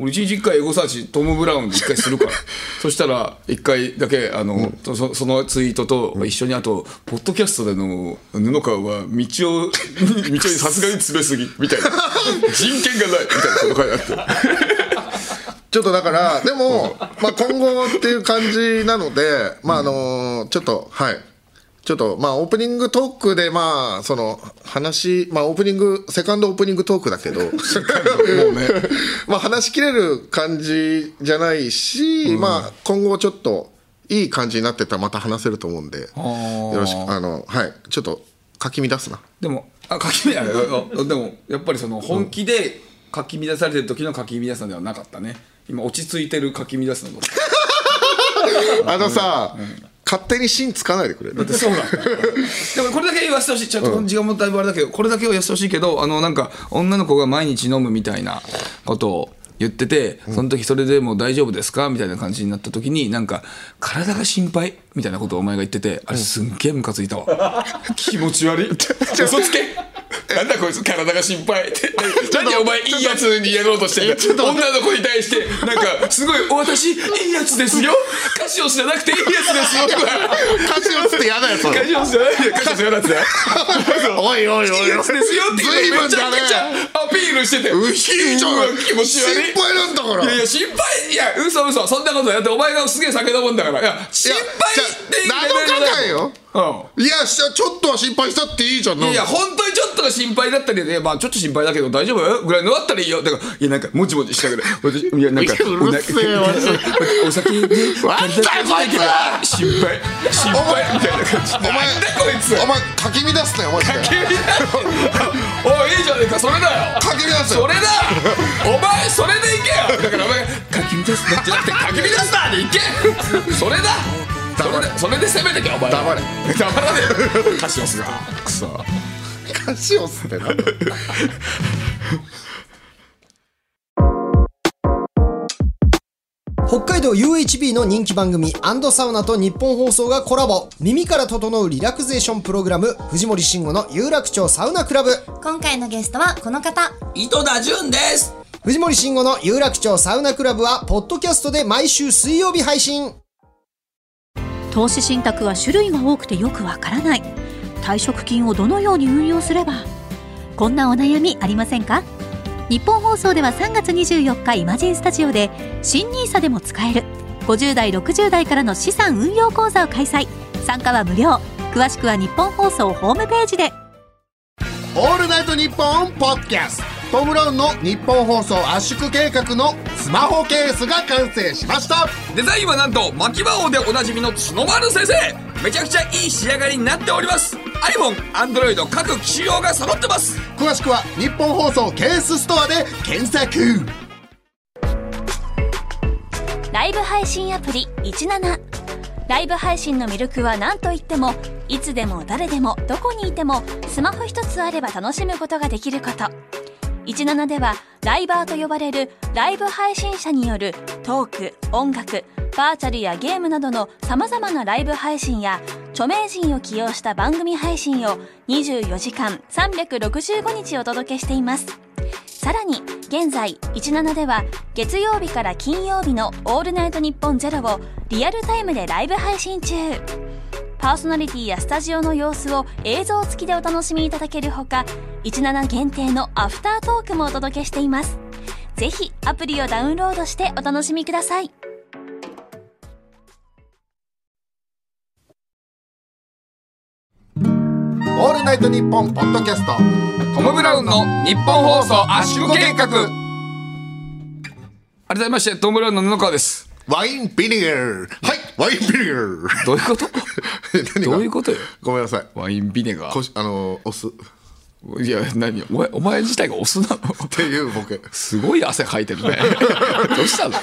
[SPEAKER 3] 俺一日一回エゴサーチトム・ブラウンで一回するからそしたら一回だけあの、とそそのツイートと一緒にあと、ポッドキャストでの布川は道を道にさすがに詰めすぎみたいな人権がないみたいなこと書いてあって
[SPEAKER 2] ちょっとだから、でも、まあ、今後っていう感じなので、まあ、あの、ちょっと、はい。ちょっと、まあ、オープニングトークで、まあ、その、話、まあ、オープニング、セカンドオープニングトークだけど、 <laughs> まあ、話しきれる感じじゃないし、まあ、今後ちょっと、いい感じになってたらまた話せると思うんで、よ
[SPEAKER 3] ー
[SPEAKER 2] ろしく、あの、はい。ちょっと、かき乱すな。
[SPEAKER 3] でもあ書き乱れ <laughs> でもやっぱりその本気で書き乱されてる時の書き乱さではなかったね今落ち着いてる書き乱すのだった
[SPEAKER 2] あのさ、勝手に芯つかないで <laughs> くれる。
[SPEAKER 3] そうなんだでもこれだけ言わせてほしいちょっと時間もだいぶあれだけど、これだけは言わせてほしいけどあのなんか女の子が毎日飲むみたいなことを言っててその時それでもう大丈夫ですかみたいな感じになった時になんか体が心配みたいなことをお前が言っててあれすんげえムカついた <laughs> わ気持ち悪い嘘つけなんだこいつ体が心配って <laughs> 何お前いいやつにやろうとしてんだ女の子に対してなんかすごい「私いいやつですよ歌詞を知らなくていいやつですよ」
[SPEAKER 2] 勝ちますって嫌だよ、それ。
[SPEAKER 3] ジオじゃないよ、カジオじゃないですよ。
[SPEAKER 2] おいおいおい
[SPEAKER 3] いいやつですよっていうのをめちゃくちゃアピールしてて。
[SPEAKER 2] うひいじゃ
[SPEAKER 3] うわ
[SPEAKER 2] ん
[SPEAKER 3] 気持ち悪い
[SPEAKER 2] 心配なんだから
[SPEAKER 3] いやいや、心配、いや、嘘嘘、そんなことないだってお前がすげえ酒飲むんだから。いや、心配っていうレベル
[SPEAKER 2] いやじゃあ7日
[SPEAKER 3] だよ。
[SPEAKER 2] いやしちょっとは心配したっていいじゃん
[SPEAKER 3] う。
[SPEAKER 2] なんん
[SPEAKER 3] いや、
[SPEAKER 2] か
[SPEAKER 3] 本当にちょっとが心配だったりで、まあちょっと心配だけど大丈夫ぐらいのだったらいいよ。だから、いや、なんか、もちもちしながら、私、いや、なんか、
[SPEAKER 2] いやうるせえわ
[SPEAKER 3] お腹お酒で、
[SPEAKER 2] わんだよこいつ
[SPEAKER 3] 体が心配、心配みたいな感じ。お
[SPEAKER 2] お前
[SPEAKER 3] なんだこいつ
[SPEAKER 2] お前かき乱すなよマジで
[SPEAKER 3] 君だおいいいじゃねえかそれだよ
[SPEAKER 2] かき乱す
[SPEAKER 3] そ
[SPEAKER 2] よ
[SPEAKER 3] れだお前それでいけよだからお前かき乱すなじゃなくてかき乱すなでいけそれだ
[SPEAKER 2] 黙れ
[SPEAKER 3] それでそれで攻めてけお前は
[SPEAKER 2] 黙れ
[SPEAKER 3] 黙らねえカシオスがくそ
[SPEAKER 2] カシオスってなんだ
[SPEAKER 5] 北海道 UHB の人気番組アンドサウナと日本放送がコラボ耳から整うリラクゼーションプログラム藤森慎吾の有楽町サウナクラブ
[SPEAKER 6] 今回のゲストはこの方
[SPEAKER 3] 糸田潤です
[SPEAKER 5] 藤森慎吾の有楽町サウナクラブはポッドキャストで毎週水曜日配信
[SPEAKER 4] 投資信託は種類が多くてよくわからない退職金をどのように運用すればこんなお悩みありませんか日本放送では3月24日イマジンスタジオで新ニーサでも使える50代60代からの資産運用講座を開催参加は無料詳しくは日本放送ホームページで
[SPEAKER 2] 「オールナイトニッポン」ポッドキャストトム・ブラウンの日本放送圧縮計画のスマホケースが完成しました
[SPEAKER 3] デザインはなんと巻き魔王でおなじみの角丸先生めちゃくちゃいい仕上がりになっております iPhone、Android 各機種用が揃ってます
[SPEAKER 2] 詳しくは日本放送ケースストアで検索
[SPEAKER 1] ライブ配信アプリ17ライブ配信の魅力は何といってもいつでも誰でもどこにいてもスマホ一つあれば楽しむことができること17ではライバーと呼ばれるライブ配信者によるトーク音楽バーチャルやゲームなどのさまざまなライブ配信や著名人を起用した番組配信を24時間365日お届けしていますさらに現在17では月曜日から金曜日の「オールナイトニッポンゼロをリアルタイムでライブ配信中パーソナリティやスタジオの様子を映像付きでお楽しみいただけるほか17限定のアフタートークもお届けしていますぜひアプリをダウンロードしてお楽しみください
[SPEAKER 5] オー
[SPEAKER 2] ールナイトニッポン」ポッドキャスト
[SPEAKER 3] トム・ブラウンの日本放送圧縮計画改めましてトム・ブラウンの布川です
[SPEAKER 2] ワインビネガーはいワインビネガー
[SPEAKER 3] どういうこと
[SPEAKER 2] 何が
[SPEAKER 3] <laughs> どういうことよ
[SPEAKER 2] ごめんなさい
[SPEAKER 3] ワインビネガ
[SPEAKER 2] こ
[SPEAKER 3] ー
[SPEAKER 2] しあの押すっ
[SPEAKER 3] いや何お前お前自体がお酢なの
[SPEAKER 2] ていうボケ
[SPEAKER 3] <laughs> すごい汗かいてるね <laughs> どうしたの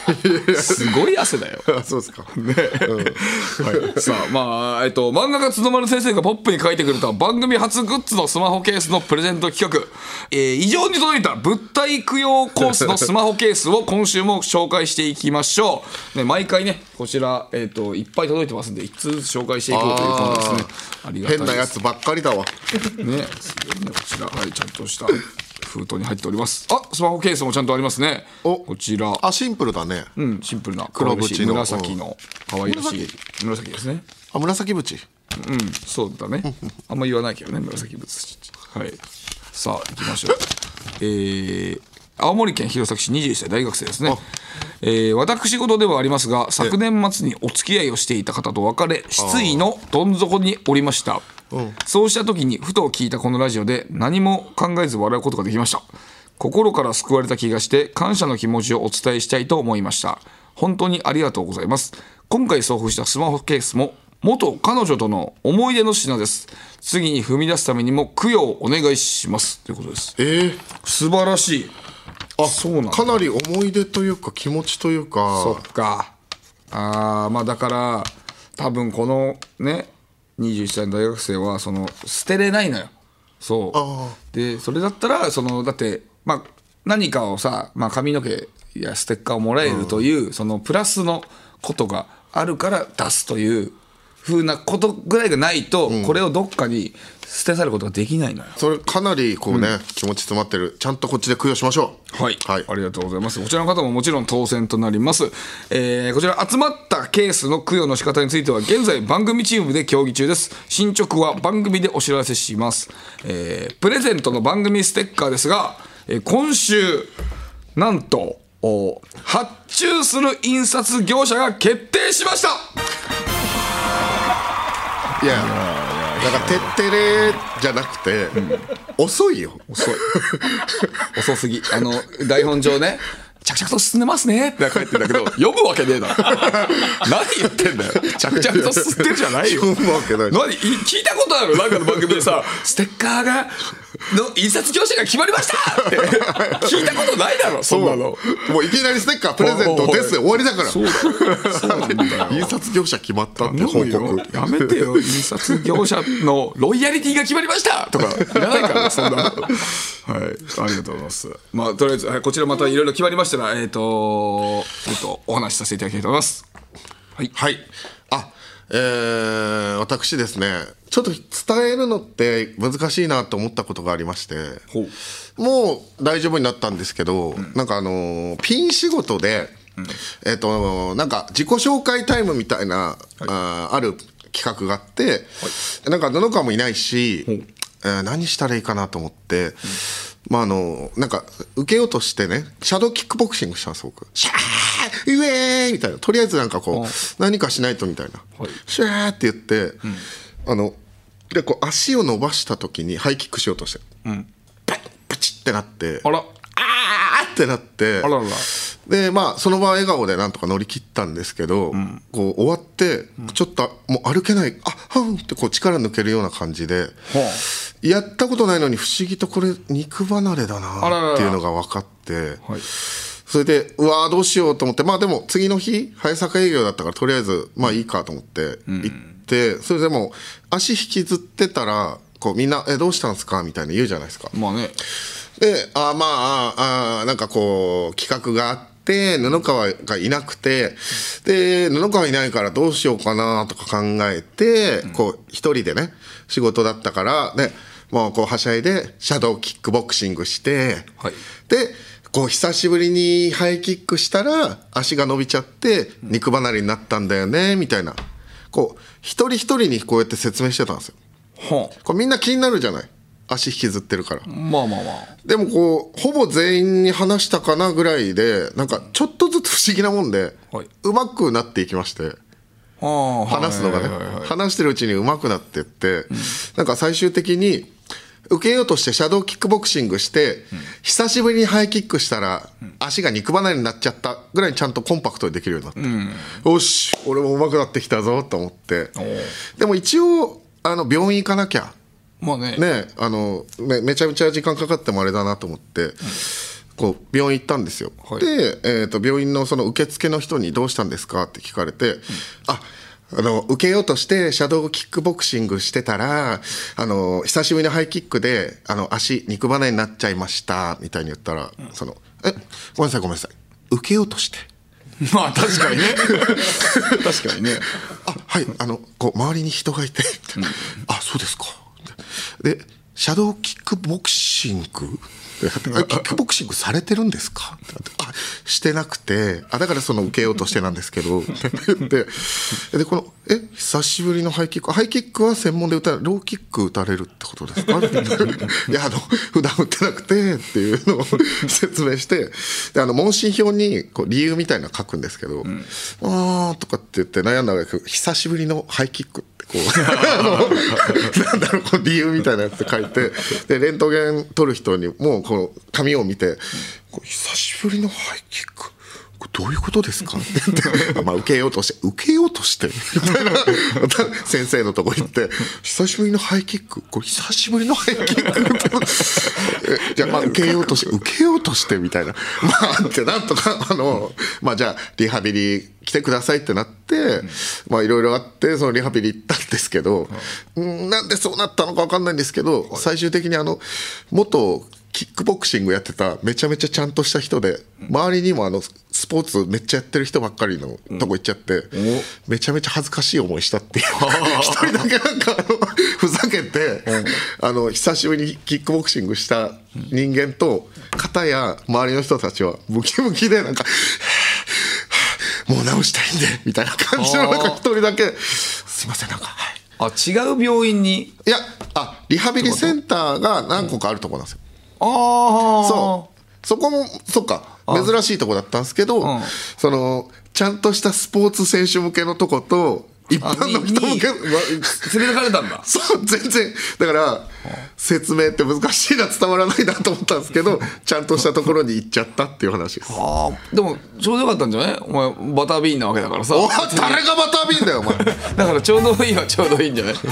[SPEAKER 3] すごい汗だよ
[SPEAKER 2] あそうですかね、
[SPEAKER 3] はい、さあまあえっと漫画家角丸先生がポップに書いてくれた番組初グッズのスマホケースのプレゼント企画、えー、異常に届いた物体供養コースのスマホケースを今週も紹介していきましょう、ね、毎回ねこちら、えっといっぱい届いてますんで一通ずつ紹介していこうという感じですねありがたい
[SPEAKER 2] 変
[SPEAKER 3] です
[SPEAKER 2] なやつばっかりだわ
[SPEAKER 3] ねすごいねこちらはいちゃんとした封筒に入っておりますあスマホケースもちゃんとありますね
[SPEAKER 2] お
[SPEAKER 3] こちら
[SPEAKER 2] あシンプルだね、
[SPEAKER 3] うんシンプルな
[SPEAKER 2] 黒縁の
[SPEAKER 3] 紫の可愛らしい紫ですね
[SPEAKER 2] あ紫縁
[SPEAKER 3] うん、そうだね。あんま言わないけどね、紫物。はい。さあ、行きましょう。えー青森県弘前市21歳大学生ですね
[SPEAKER 2] あ、
[SPEAKER 3] えー私事ではありますが昨年末にお付き合いをしていた方と別れ失意のどん底におりました、そうした時にふと聞いたこのラジオで何も考えず笑うことができました心から救われた気がして感謝の気持ちをお伝えしたいと思いました本当にありがとうございます今回送付したスマホケースも元彼女との思い出の品です次に踏み出すためにも供養お願いしますということです
[SPEAKER 2] えー、
[SPEAKER 3] 素晴らしいあそうなんだ
[SPEAKER 2] かなり思い出というか気持ちという
[SPEAKER 3] そ
[SPEAKER 2] か
[SPEAKER 3] っかあーまあだから多分このね21歳の大学生はその捨てれないのよそうでそれだったらそのだってまあ何かをさ、まあ、髪の毛やステッカーをもらえるという、そのプラスのことがあるから出すというふうなことぐらいがないと、これをどっかに捨て去ることができないのよ
[SPEAKER 2] それかなりこうね、気持ち詰まってるちゃんとこっちで供養しましょう
[SPEAKER 3] はい、
[SPEAKER 2] はい
[SPEAKER 3] ありがとうございます。こちらの方ももちろん当選となります。えーこちら集まったケースの供養の仕方については現在番組チームで協議中です。進捗は番組でお知らせします。えープレゼントの番組ステッカーですが、えー今週なんとお発注する印刷業者が決定しました。
[SPEAKER 2] いやだから「てってれ」じゃなくて、遅いよ <laughs>
[SPEAKER 3] 遅い遅すぎあの台本上ね着々と進んでますねって書いてんだけど読むわけね <laughs> えだろ何言ってんだよ着々と進んでるじゃないよ
[SPEAKER 2] 読むわけない
[SPEAKER 3] 何い聞いたことあるなんかの番組でさステッカーがの印刷業者が決まりました <laughs> って聞いたことないだろそんなの
[SPEAKER 2] もういきなりステッカープレゼントです終わりだから
[SPEAKER 3] そうだよそうなんだ
[SPEAKER 2] <laughs>
[SPEAKER 3] よ
[SPEAKER 2] 印刷業者決まったって
[SPEAKER 3] も
[SPEAKER 2] 報
[SPEAKER 3] うよ
[SPEAKER 2] 告
[SPEAKER 3] やめてよ印刷業者のロイヤリティが決まりましたとかいらないからねそんなのはいありがとうございますまあとりあえず、はい、こちらまたいろいろ決まりましたらえっ、とちょっとお話しさせていただきたいと思います
[SPEAKER 2] はいあえー、私ですねちょっと伝えるのって難しいなと思ったことがありまして
[SPEAKER 3] ほう
[SPEAKER 2] もう大丈夫になったんですけど、なんかあのーピン仕事で、えっとなんか自己紹介タイムみたいな、あーある企画があって、なんか布川もいないし、えー何したらいいかなと思って、まああのなんか受けようとしてねシャドーキックボクシングしたんです僕シャーイエーイみたいなとりあえずなんかこう何かしないとみたいな、シャーって言って、あのでこう足を伸ばした時にハイキックしようとして。プチってなって
[SPEAKER 3] あら
[SPEAKER 2] あーってなって
[SPEAKER 3] あらら
[SPEAKER 2] でまあその場は笑顔でなんとか乗り切ったんですけど、こう終わってちょっともう歩けないあはんってこう力抜けるような感じで、やったことないのに不思議とこれ肉離れだ
[SPEAKER 3] あららら
[SPEAKER 2] なっていうのが分かって。
[SPEAKER 3] はい
[SPEAKER 2] それでうわーどうしようと思ってまあでも次の日早坂営業だったからとりあえずまあいいかと思って行って、それでも足引きずってたらこうみんな「えどうしたんですか?」みたいな言うじゃないですか、
[SPEAKER 3] まあね
[SPEAKER 2] で、あまあああ、なんかこう、企画があって、布川がいなくて、で、布川いないからどうしようかなとか考えて、こう、一人でね、仕事だったから、ね、もうこう、はしゃいで、シャドーキックボクシングして、
[SPEAKER 3] はい
[SPEAKER 2] で、こう、久しぶりにハイキックしたら、足が伸びちゃって、肉離れになったんだよね、みたいな。こう、一人一人にこうやって説明してたんですよ。
[SPEAKER 3] は
[SPEAKER 2] これみんな気になるじゃない足引きずってるから。
[SPEAKER 3] あまあまあまあ
[SPEAKER 2] でもこうほぼ全員に話したかなぐらいでなんかちょっとずつ不思議なもんで、
[SPEAKER 3] はいう
[SPEAKER 2] まくなっていきまして話すのがね、
[SPEAKER 3] はいはいはい
[SPEAKER 2] 話してるうちに上手くなってって、なんか最終的に受けようとしてシャドーキックボクシングして、久しぶりにハイキックしたら、足が肉離れになっちゃったぐらいにちゃんとコンパクトにできるようになって、よし俺も上手くなってきたぞと思ってでも一応あの病院行かなきゃ
[SPEAKER 3] まあね
[SPEAKER 2] ねあのめめちゃめちゃ時間かかってもあれだなと思って、こう病院行ったんですよ、
[SPEAKER 3] はい
[SPEAKER 2] で、えー、と病院のその受付の人に「どうしたんですか?」って聞かれて「ああの受けようとしてシャドーキックボクシングしてたらあの久しぶりのハイキックであの足肉離れになっちゃいました」みたいに言ったら「そのえごめんなさいごめんなさい受けようとして」
[SPEAKER 3] <laughs> まあ
[SPEAKER 2] <laughs>
[SPEAKER 3] 確かにね確かにね
[SPEAKER 2] あはいあのこう周りに人がいてみたいな <laughs> あそうですかでシャドーキックボクシングであキックボクシングされてるんですかってなってあしてなくてあだからその受けようとしてなんですけどって言ってでこの「え久しぶりのハイキックハイキックは専門で打たれローキック打たれるってことですか?」って言ったらいやあの普段打ってなくて」っていうのを <laughs> 説明してであの問診票にこう理由みたいなの書くんですけど「あー」とかって言って悩んだら久しぶりのハイキック」ってこうあの <laughs> なんだろうこう理由みたいなやつ書いてでレントゲン取る人にもうこう紙を見て「こう久しぶりのハイキック」これどういうことですかって <laughs> 言って、まあ、受けようとして、受けようとして、みたいな、 <laughs> 先生のとこ行って、久しぶりのハイキック、これ久しぶりのハイキックって、 <laughs> じゃあ、まあ、受けようとして、受けようとして、みたいな。まあ、って、なんとか、あの、まあ、じゃあ、リハビリ来てくださいってなって、まあ、いろいろあって、そのリハビリ行ったんですけど、うんなんでそうなったのかわかんないんですけど、最終的に、あの、元、キックボクシングやってためちゃめちゃちゃんとした人で周りにもあのスポーツめっちゃやってる人ばっかりのとこ行っちゃってめちゃめちゃ恥ずかしい思いした <laughs> っていう一人だけなんかあ <laughs> のふざけてあの久しぶりにキックボクシングした人間と片や周りの人たちはムキムキでなんかもう直したいんでみたいな感じの中一人だけすいませんなんかはい
[SPEAKER 3] あ違う病院に
[SPEAKER 2] いやあリハビリセンターが何個かあるとこなんですよ
[SPEAKER 3] ああ
[SPEAKER 2] そうそこもそっか珍しいとこだったんですけど、
[SPEAKER 3] うん
[SPEAKER 2] そのちゃんとしたスポーツ選手向けのとこと一般の人向けの
[SPEAKER 3] あにに連れてかれたんだ
[SPEAKER 2] <laughs> そう全然だから説明って難しいな伝わらないなと思ったんですけどちゃんとしたところに行っちゃったっていう話です。
[SPEAKER 3] あーでもちょうどよかったんじゃないお前バタービーンなわけだからさ
[SPEAKER 2] お誰がバタービーンだよお前
[SPEAKER 3] だからちょうどいいはちょうどいいんじ
[SPEAKER 2] <laughs>
[SPEAKER 3] ゃない k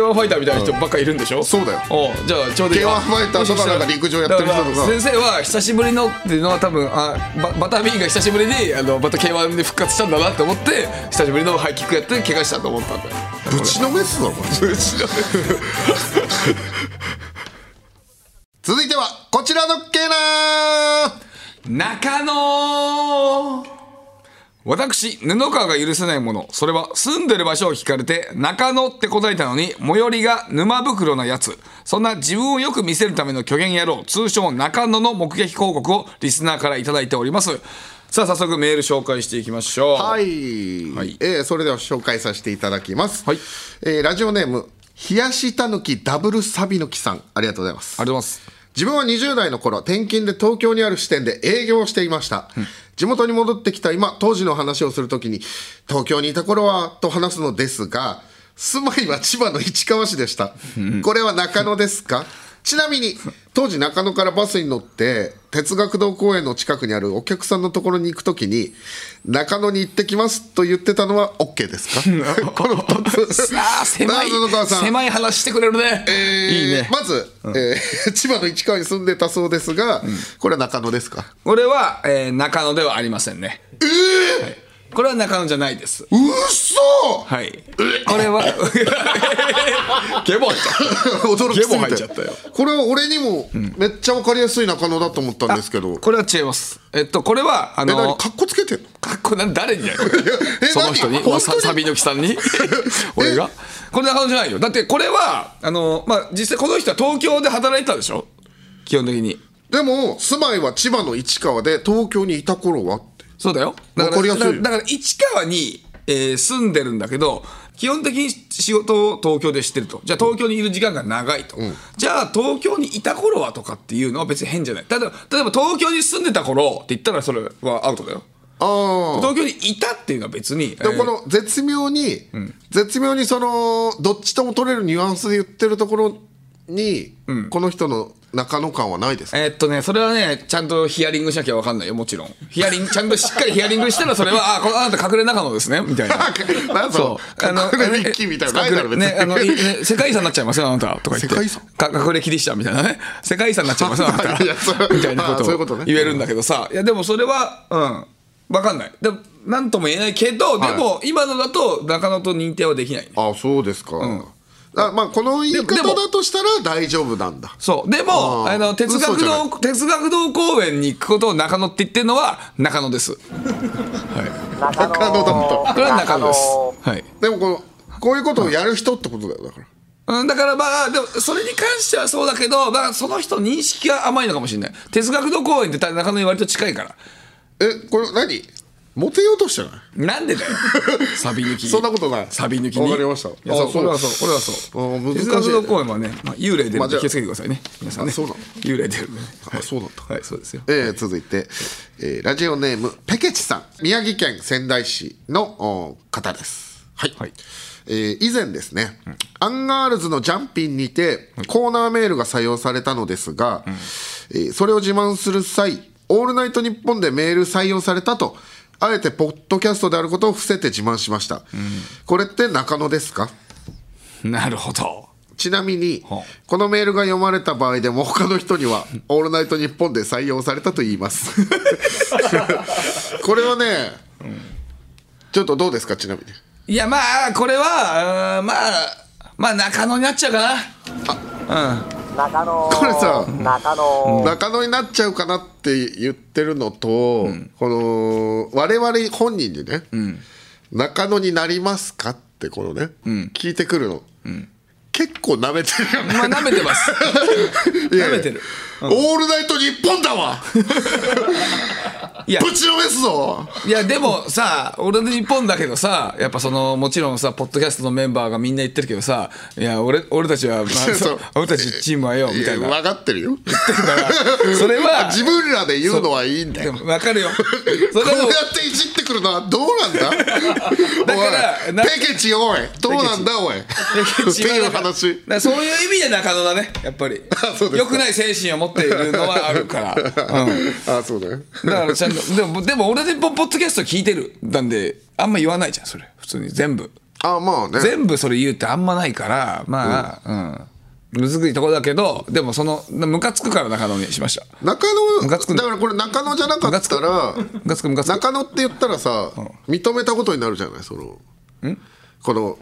[SPEAKER 3] 1ファイターみたいな人ばっかいるんでしょ
[SPEAKER 2] そうだよ
[SPEAKER 3] おうじゃあちょうどいい
[SPEAKER 2] K-1 ファイターとかなんか陸上やってる人とか
[SPEAKER 3] だら先生は久しぶりのっていうのは多分あババタービーンが久しぶりにあのまた k 1で復活したんだなって思って久しぶりのハイキックやって怪我したと思ったんだよ
[SPEAKER 2] ぶちのめすぞお前 <laughs> 続いてはこちらのっけな
[SPEAKER 3] 中野私、布川が許せないもの、それは住んでる場所を聞かれて、中野って答えたのに、最寄りが沼袋なやつ。そんな自分をよく見せるための虚言野郎、通称中野の目撃広告をリスナーからいただいております。さあ、早速メール紹介していきましょう。。
[SPEAKER 2] はいい、
[SPEAKER 3] はい
[SPEAKER 2] えーそれでは紹介させていただきます、
[SPEAKER 3] はい
[SPEAKER 2] えーラジオネーム冷やしたぬきダブルサビ抜きさんありがとうございます
[SPEAKER 3] ありがとうございます。
[SPEAKER 2] 自分は20代の頃転勤で東京にある支店で営業をしていました、地元に戻ってきた今当時の話をするときに東京にいた頃はと話すのですが住まいは千葉の市川市でした、これは中野ですかちなみに当時中野からバスに乗って哲学堂公園の近くにあるお客さんのところに行くときに中野に行ってきますと言ってたのは OK です <laughs> かこの2つ <laughs>
[SPEAKER 3] ああ、狭い
[SPEAKER 2] なあ布川、さん
[SPEAKER 3] 狭い話してくれるね。
[SPEAKER 2] えー
[SPEAKER 3] いいね。
[SPEAKER 2] まず、えー <laughs> 千葉の市川に住んでたそうですが、これは中野ですか
[SPEAKER 3] これは、えー中野ではありませんね。えこれは中野じゃないです。
[SPEAKER 2] うそ
[SPEAKER 3] はい。これは、 <laughs> ゲボ入っ <laughs>
[SPEAKER 2] 驚きす
[SPEAKER 3] ゲボ
[SPEAKER 2] ぎ
[SPEAKER 3] 入
[SPEAKER 2] て
[SPEAKER 3] っちゃったよ
[SPEAKER 2] これは俺にもめっちゃ分かりやすい中野だと思ったんですけど、
[SPEAKER 3] これは違います。えっと、これは、あ
[SPEAKER 2] え何
[SPEAKER 3] の、
[SPEAKER 2] かっこつけてんの
[SPEAKER 3] かっこなん誰 <laughs> にだよ
[SPEAKER 2] え
[SPEAKER 3] その人に
[SPEAKER 2] 何本当に
[SPEAKER 3] さサビの木さん <laughs> に俺がこれ中野じゃないよだってこれはあのまあ実際この人は東京で働いてたでしょ基本的に
[SPEAKER 2] でも住まいは千葉の市川で東京にいた頃はって
[SPEAKER 3] そうだよだから
[SPEAKER 2] わかりやすい
[SPEAKER 3] だからだから市川に、えー住んでるんだけど基本的に仕事を東京でしてるとじゃあ東京にいる時間が長いと、じゃあ東京にいた頃はとかっていうのは別に変じゃないただ例えば東京に住んでた頃って言ったらそれはアウトだよ
[SPEAKER 2] あああ
[SPEAKER 3] 東京にいたっていうのは別に、
[SPEAKER 2] でも
[SPEAKER 3] えー
[SPEAKER 2] この絶妙に、絶妙にそのどっちとも取れるニュアンスで言ってるところに、この人の中野感はないですか
[SPEAKER 3] えーっとね、それはね、ちゃんとヒアリングしなきゃわかんないよ、もちろん。ヒアリング、 <laughs> ちゃんとしっかりヒアリングしたら、それは、あ、このあなた隠れ仲間ですね、みたいな。
[SPEAKER 2] <laughs> なんか
[SPEAKER 3] あの
[SPEAKER 2] 隠れ日記みたいなのないだろ別に
[SPEAKER 3] ね、あの、い <laughs> ね世界遺産になっちゃいますよ、あなた。とか言って。
[SPEAKER 2] 世界遺産
[SPEAKER 3] か隠れキリシタンみたいなね。世界遺産になっちゃいますよ、あな
[SPEAKER 2] <laughs> いやそれ
[SPEAKER 3] た。みたいなこ
[SPEAKER 2] あそういう
[SPEAKER 3] と
[SPEAKER 2] こ
[SPEAKER 3] を
[SPEAKER 2] とね
[SPEAKER 3] 言えるんだけどさ。いや、でもそれは、うん。わかんない。でも、なんとも言えないけど、でも、今のだと、中野と認定はできないね。
[SPEAKER 2] あそうですか、あまあこの言い
[SPEAKER 3] で
[SPEAKER 2] 方
[SPEAKER 3] でも
[SPEAKER 2] だとしたら大丈夫なんだ
[SPEAKER 3] そう。でも、
[SPEAKER 2] あー
[SPEAKER 3] あの、哲学
[SPEAKER 2] 嘘じゃな
[SPEAKER 3] 堂、哲学堂公園に行くことを中野って言ってるのは、中野です。
[SPEAKER 2] 中野だと <laughs>
[SPEAKER 3] これは中野です。はい。
[SPEAKER 2] でもこのこういうことをやる人ってことだよだから
[SPEAKER 3] うん、だからまあ、でも、それに関してはそうだけど、まあ、その人認識が甘いのかもしれない。哲学堂公園って中野に割と近いから。
[SPEAKER 2] えこれ何モテようとしてない
[SPEAKER 3] なん
[SPEAKER 2] <laughs>
[SPEAKER 3] でだよ。サビ抜きに。
[SPEAKER 2] そんなことない
[SPEAKER 3] サビ抜きに。
[SPEAKER 2] わかりました
[SPEAKER 3] いや、そう
[SPEAKER 2] あ
[SPEAKER 3] これは
[SPEAKER 2] そう
[SPEAKER 3] そう、これはそう。
[SPEAKER 2] あ難しい
[SPEAKER 3] 哲学堂公園はね、まあ、幽霊出る
[SPEAKER 2] まあ
[SPEAKER 3] んで
[SPEAKER 2] じゃあ
[SPEAKER 3] 気をつけてくださいね。皆さんね。
[SPEAKER 2] あそうなの
[SPEAKER 3] 幽霊出るんでね。
[SPEAKER 2] あそうなんだ
[SPEAKER 3] はい、そうですよ。
[SPEAKER 2] えー続いて、えーラジオネームペケチさん宮城県仙台市のお方ですはい、
[SPEAKER 3] はい
[SPEAKER 2] えー以前ですね、アンガールズのジャンピンにてコーナーメールが採用されたのですが、えーそれを自慢する際「オールナイトニッポン」でメール採用されたとあえてポッドキャストであることを伏せて自慢しました、これって中野ですか
[SPEAKER 3] なるほど。
[SPEAKER 2] ちなみに
[SPEAKER 3] はあ
[SPEAKER 2] このメールが読まれた場合でも他の人には「オールナイトニッポン」で採用されたと言います
[SPEAKER 3] <laughs>
[SPEAKER 2] これはね、ちょっとどうですかちなみに
[SPEAKER 3] いや、まあ、これは、うんまあ、まあ、中野になっちゃうかな。
[SPEAKER 2] これさ中野になっちゃうかなって言ってるのと、この我々本人にね、中野になりますかってこのね、聞いてくるの、結構なめてるよね
[SPEAKER 3] まあ、舐め
[SPEAKER 2] <laughs>
[SPEAKER 3] てます。
[SPEAKER 2] いやいや
[SPEAKER 3] 舐めてる
[SPEAKER 2] オールナイトニッポンだわ
[SPEAKER 3] いや
[SPEAKER 2] ぶちのめすぞ
[SPEAKER 3] いやでもさ俺の日本だけどさやっぱそのもちろんさポッドキャストのメンバーがみんな言ってるけどさ「いや俺俺たちは、まあ、
[SPEAKER 2] <laughs> そう
[SPEAKER 3] 俺たちチームはよ」みたい
[SPEAKER 2] や
[SPEAKER 3] な
[SPEAKER 2] 分かってる
[SPEAKER 3] <laughs>
[SPEAKER 2] よ
[SPEAKER 3] それは
[SPEAKER 2] 自分らで言うのはいいんだ
[SPEAKER 3] で
[SPEAKER 2] よこ
[SPEAKER 3] も分かるよそうれ
[SPEAKER 2] や
[SPEAKER 3] はもう
[SPEAKER 2] っていじってくるのはどうなん
[SPEAKER 3] <laughs>
[SPEAKER 2] だ
[SPEAKER 3] ら
[SPEAKER 2] おい
[SPEAKER 3] な
[SPEAKER 2] ペケチおいどうなんだおいっていう
[SPEAKER 3] だ
[SPEAKER 2] 話
[SPEAKER 3] からそういう意味で中野だねやっぱり
[SPEAKER 2] <laughs> そうですか
[SPEAKER 3] 良くない精神を持っているのはあ
[SPEAKER 2] <laughs>
[SPEAKER 3] るから、うん、
[SPEAKER 2] あそうだよ
[SPEAKER 3] だからちゃんとでもでも俺の日本ポッドキャスト聞いてるなんであんま言わないじゃんそれ普通に全部。
[SPEAKER 2] あまあね
[SPEAKER 3] 全部それ言うってあんまないからまあうん、むずくいところだけどでもそのムカつくから中野にしました
[SPEAKER 2] 中
[SPEAKER 3] ムカつ
[SPEAKER 2] 野
[SPEAKER 3] くんだ
[SPEAKER 2] だからこれ中野じゃなかったら
[SPEAKER 3] ムカつくムカつく
[SPEAKER 2] 中野って言ったらさ認めたことになるじゃないそのこの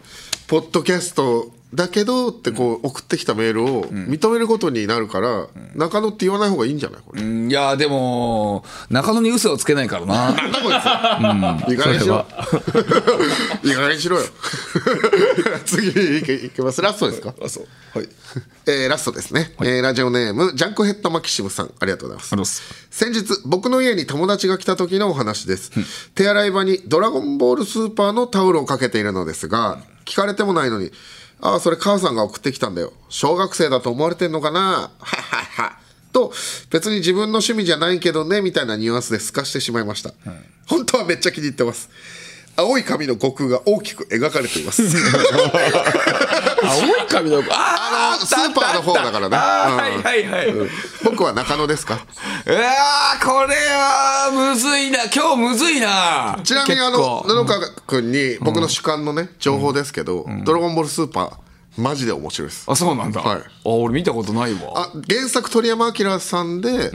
[SPEAKER 2] ポッドキャストだけどってこう送ってきたメールを認めることになるから中野って言わない方がいいんじゃないこれ
[SPEAKER 3] うんいやでも中野に嘘をつけないからな
[SPEAKER 2] <laughs> なんだこいつ、いい加減にしろ <laughs> いい加減にしろよ次いけいけますラストですかラストはい、えーラストですね、えーラジオネームジャンクヘッドマキシムさんありがとうございます
[SPEAKER 3] ありがとうござい
[SPEAKER 2] 先日僕の家に友達が来た時のお話です、手洗い場にドラゴンボールスーパーのタオルをかけているのですが聞かれてもないのにああそれ母さんが送ってきたんだよ小学生だと思われてんのかなはっはっはと別に自分の趣味じゃないけどねみたいなニュアンスで透かしてしまいました、本当はめっちゃ気に入ってます青い髪の悟空が大きく描かれています
[SPEAKER 3] 青い髪の <laughs>
[SPEAKER 2] <laughs>
[SPEAKER 3] あ
[SPEAKER 2] あのスーパーの方だからね
[SPEAKER 3] あ
[SPEAKER 2] う
[SPEAKER 3] ー
[SPEAKER 2] ん
[SPEAKER 3] はいはいはい、うわ
[SPEAKER 2] <laughs> 僕は中野ですか
[SPEAKER 3] ーこれはむずいな今日むずいな
[SPEAKER 2] ちなみにあの
[SPEAKER 3] 結構
[SPEAKER 2] 布川君に僕の主観のね情報ですけど「ドラゴンボールスーパー」マジで面白いです
[SPEAKER 3] あそうなんだ、
[SPEAKER 2] はい
[SPEAKER 3] あ俺見たことないわ
[SPEAKER 2] あ原作鳥山明さんで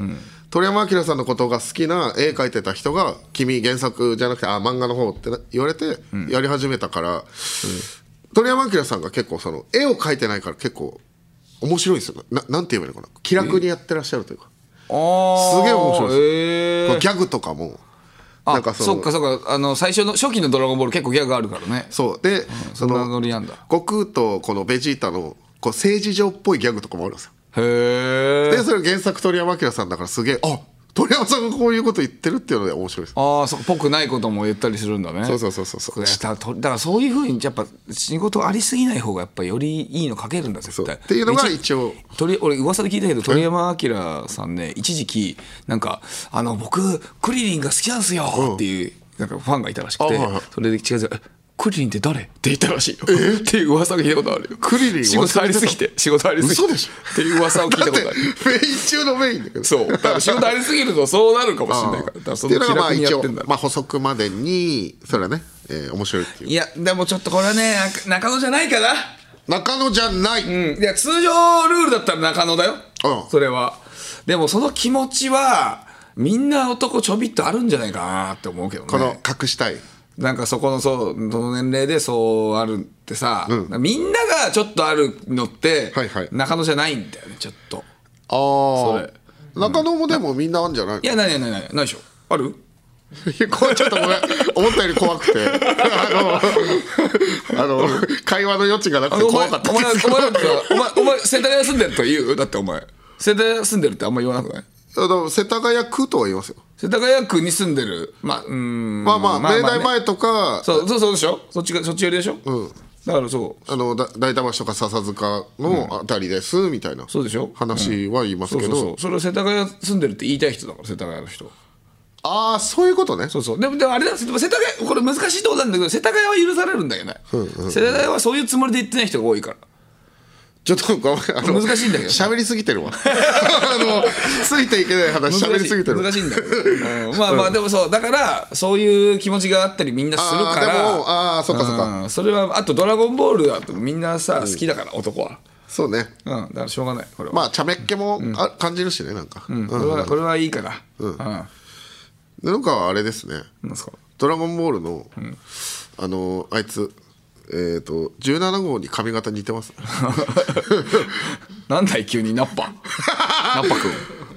[SPEAKER 2] 鳥山明さんのことが好きな絵描いてた人が「君原作じゃなくてあ漫画の方」ってな言われてやり始めたから鳥山明さんが結構その絵を描いてないから結構面白いですよななんて言えばいいのかな気楽にやってらっしゃるというか
[SPEAKER 3] あー
[SPEAKER 2] すげえ面白いです
[SPEAKER 3] えー
[SPEAKER 2] ギャグとかも
[SPEAKER 3] あ
[SPEAKER 2] なんかそ
[SPEAKER 3] そ
[SPEAKER 2] の
[SPEAKER 3] っかそっかあの最初の初期の「ドラゴンボール」結構ギャグあるからね
[SPEAKER 2] そうでそ
[SPEAKER 3] そんな
[SPEAKER 2] の
[SPEAKER 3] ノリなんだ
[SPEAKER 2] 悟空とこのベジータのこう政治上っぽいギャグとかもあるんですよ
[SPEAKER 3] へえ
[SPEAKER 2] でそれ原作鳥山明さんだからすげえあ鳥山さんがこういうこと言ってるっていうので面白いです
[SPEAKER 3] ああそうぽくないことも言ったりするんだね
[SPEAKER 2] そうそうそうそうそう
[SPEAKER 3] だからとだからそういうふうにやっぱ仕事ありすぎない方がやっぱよりいいの書けるんだ絶対
[SPEAKER 2] そうっていうのが一応
[SPEAKER 3] 鳥俺噂で聞いたけど鳥山明さんね一時期なんか「あの僕クリリンが好きなんすよ」っていうなんかファンがいたらしくて
[SPEAKER 2] あはいはい
[SPEAKER 3] それで違う違うえクリリンって誰って言ったらしいよ <laughs> っていう噂が聞いたことあるよ
[SPEAKER 2] クリリン
[SPEAKER 3] 仕事ありすぎて仕事ありすぎて
[SPEAKER 2] 嘘でしょ
[SPEAKER 3] っていう噂を聞いた
[SPEAKER 2] だ
[SPEAKER 3] こ
[SPEAKER 2] って
[SPEAKER 3] とある
[SPEAKER 2] メイン中のメインだけど
[SPEAKER 3] そうだから仕事ありすぎるとそうなるかもしれないからだから
[SPEAKER 2] <laughs> っ
[SPEAKER 3] そ
[SPEAKER 2] ていう
[SPEAKER 3] の
[SPEAKER 2] のが
[SPEAKER 3] 気
[SPEAKER 2] まあ
[SPEAKER 3] 楽に
[SPEAKER 2] 一
[SPEAKER 3] やっ
[SPEAKER 2] 応
[SPEAKER 3] てんだ、
[SPEAKER 2] まあ、補足までにそれはね、えー面白いっていう
[SPEAKER 3] いやでもちょっとこれはねな中野じゃないかな
[SPEAKER 2] 中野じゃない、
[SPEAKER 3] うんいや通常ルールだったら中野だよ、
[SPEAKER 2] うん
[SPEAKER 3] それはでもその気持ちはみんな男ちょびっとあるんじゃないかなって思うけどね
[SPEAKER 2] この隠したい
[SPEAKER 3] なんかそこのそうその年齢でそうあるってさ、みんながちょっとあるのって、
[SPEAKER 2] はいはい
[SPEAKER 3] 中野じゃないんだよねちょっと
[SPEAKER 2] ああ
[SPEAKER 3] れ
[SPEAKER 2] 中野もでもみんなあるんじゃない
[SPEAKER 3] いやないないないないないでしょある
[SPEAKER 2] いやこれちょっとごめん <laughs> 思ったより怖くてあのあの会話の余地がなくて
[SPEAKER 3] お
[SPEAKER 2] 怖
[SPEAKER 3] 前
[SPEAKER 2] かった
[SPEAKER 3] お前
[SPEAKER 2] <laughs>
[SPEAKER 3] お前なんかお前お前世田谷住んでると言うだってお前世田谷住んでるってあんま言わなくない
[SPEAKER 2] あの世田谷区とは言いますよ、
[SPEAKER 3] 世田谷区に住んでるまあうーん
[SPEAKER 2] まあまあ、明
[SPEAKER 3] ね
[SPEAKER 2] 大前とか、
[SPEAKER 3] そうそうそうでしょそっちがそっち寄りでしょ、うんだからそう
[SPEAKER 2] あのだ大田橋とか笹塚のあたりです、みたいな
[SPEAKER 3] そうでしょ
[SPEAKER 2] 話は言います
[SPEAKER 3] そう
[SPEAKER 2] け
[SPEAKER 3] そうそ
[SPEAKER 2] ど
[SPEAKER 3] うそれを世田谷住んでるって言いたい人だから世田谷の人
[SPEAKER 2] ああそういうことね
[SPEAKER 3] そうそうでもでもあれだでも世田谷これ難しいところなんだけど世田谷は許されるんだよね、世田谷はそういうつもりで言ってない人が多いから
[SPEAKER 2] ちょっとごめんあの
[SPEAKER 3] 難しいんだけど
[SPEAKER 2] 喋りすぎてるわ <laughs> あのついていけない話喋
[SPEAKER 3] 難し
[SPEAKER 2] り
[SPEAKER 3] い
[SPEAKER 2] すぎてる
[SPEAKER 3] 難しいんだけど、うんまあまあでもそうだからそういう気持ちがあったりみんなする
[SPEAKER 2] あー
[SPEAKER 3] か
[SPEAKER 2] で
[SPEAKER 3] ら
[SPEAKER 2] もあーそっかそっか
[SPEAKER 3] うんそれはあと「ドラゴンボール」だとみんなさ好きだから男は、
[SPEAKER 2] そうね
[SPEAKER 3] うん、だからしょうがないこれは、
[SPEAKER 2] まあ茶目っ気もあ感じるしねなんか、
[SPEAKER 3] うん、これはこれはいいからうん、なん
[SPEAKER 2] なんかあれですね
[SPEAKER 3] ですか
[SPEAKER 2] 「ドラゴンボールの」あのあいつえっ、と17号に髪型似て <laughs> ますね
[SPEAKER 3] <laughs> なんだい急にナッ <laughs> パナッパくん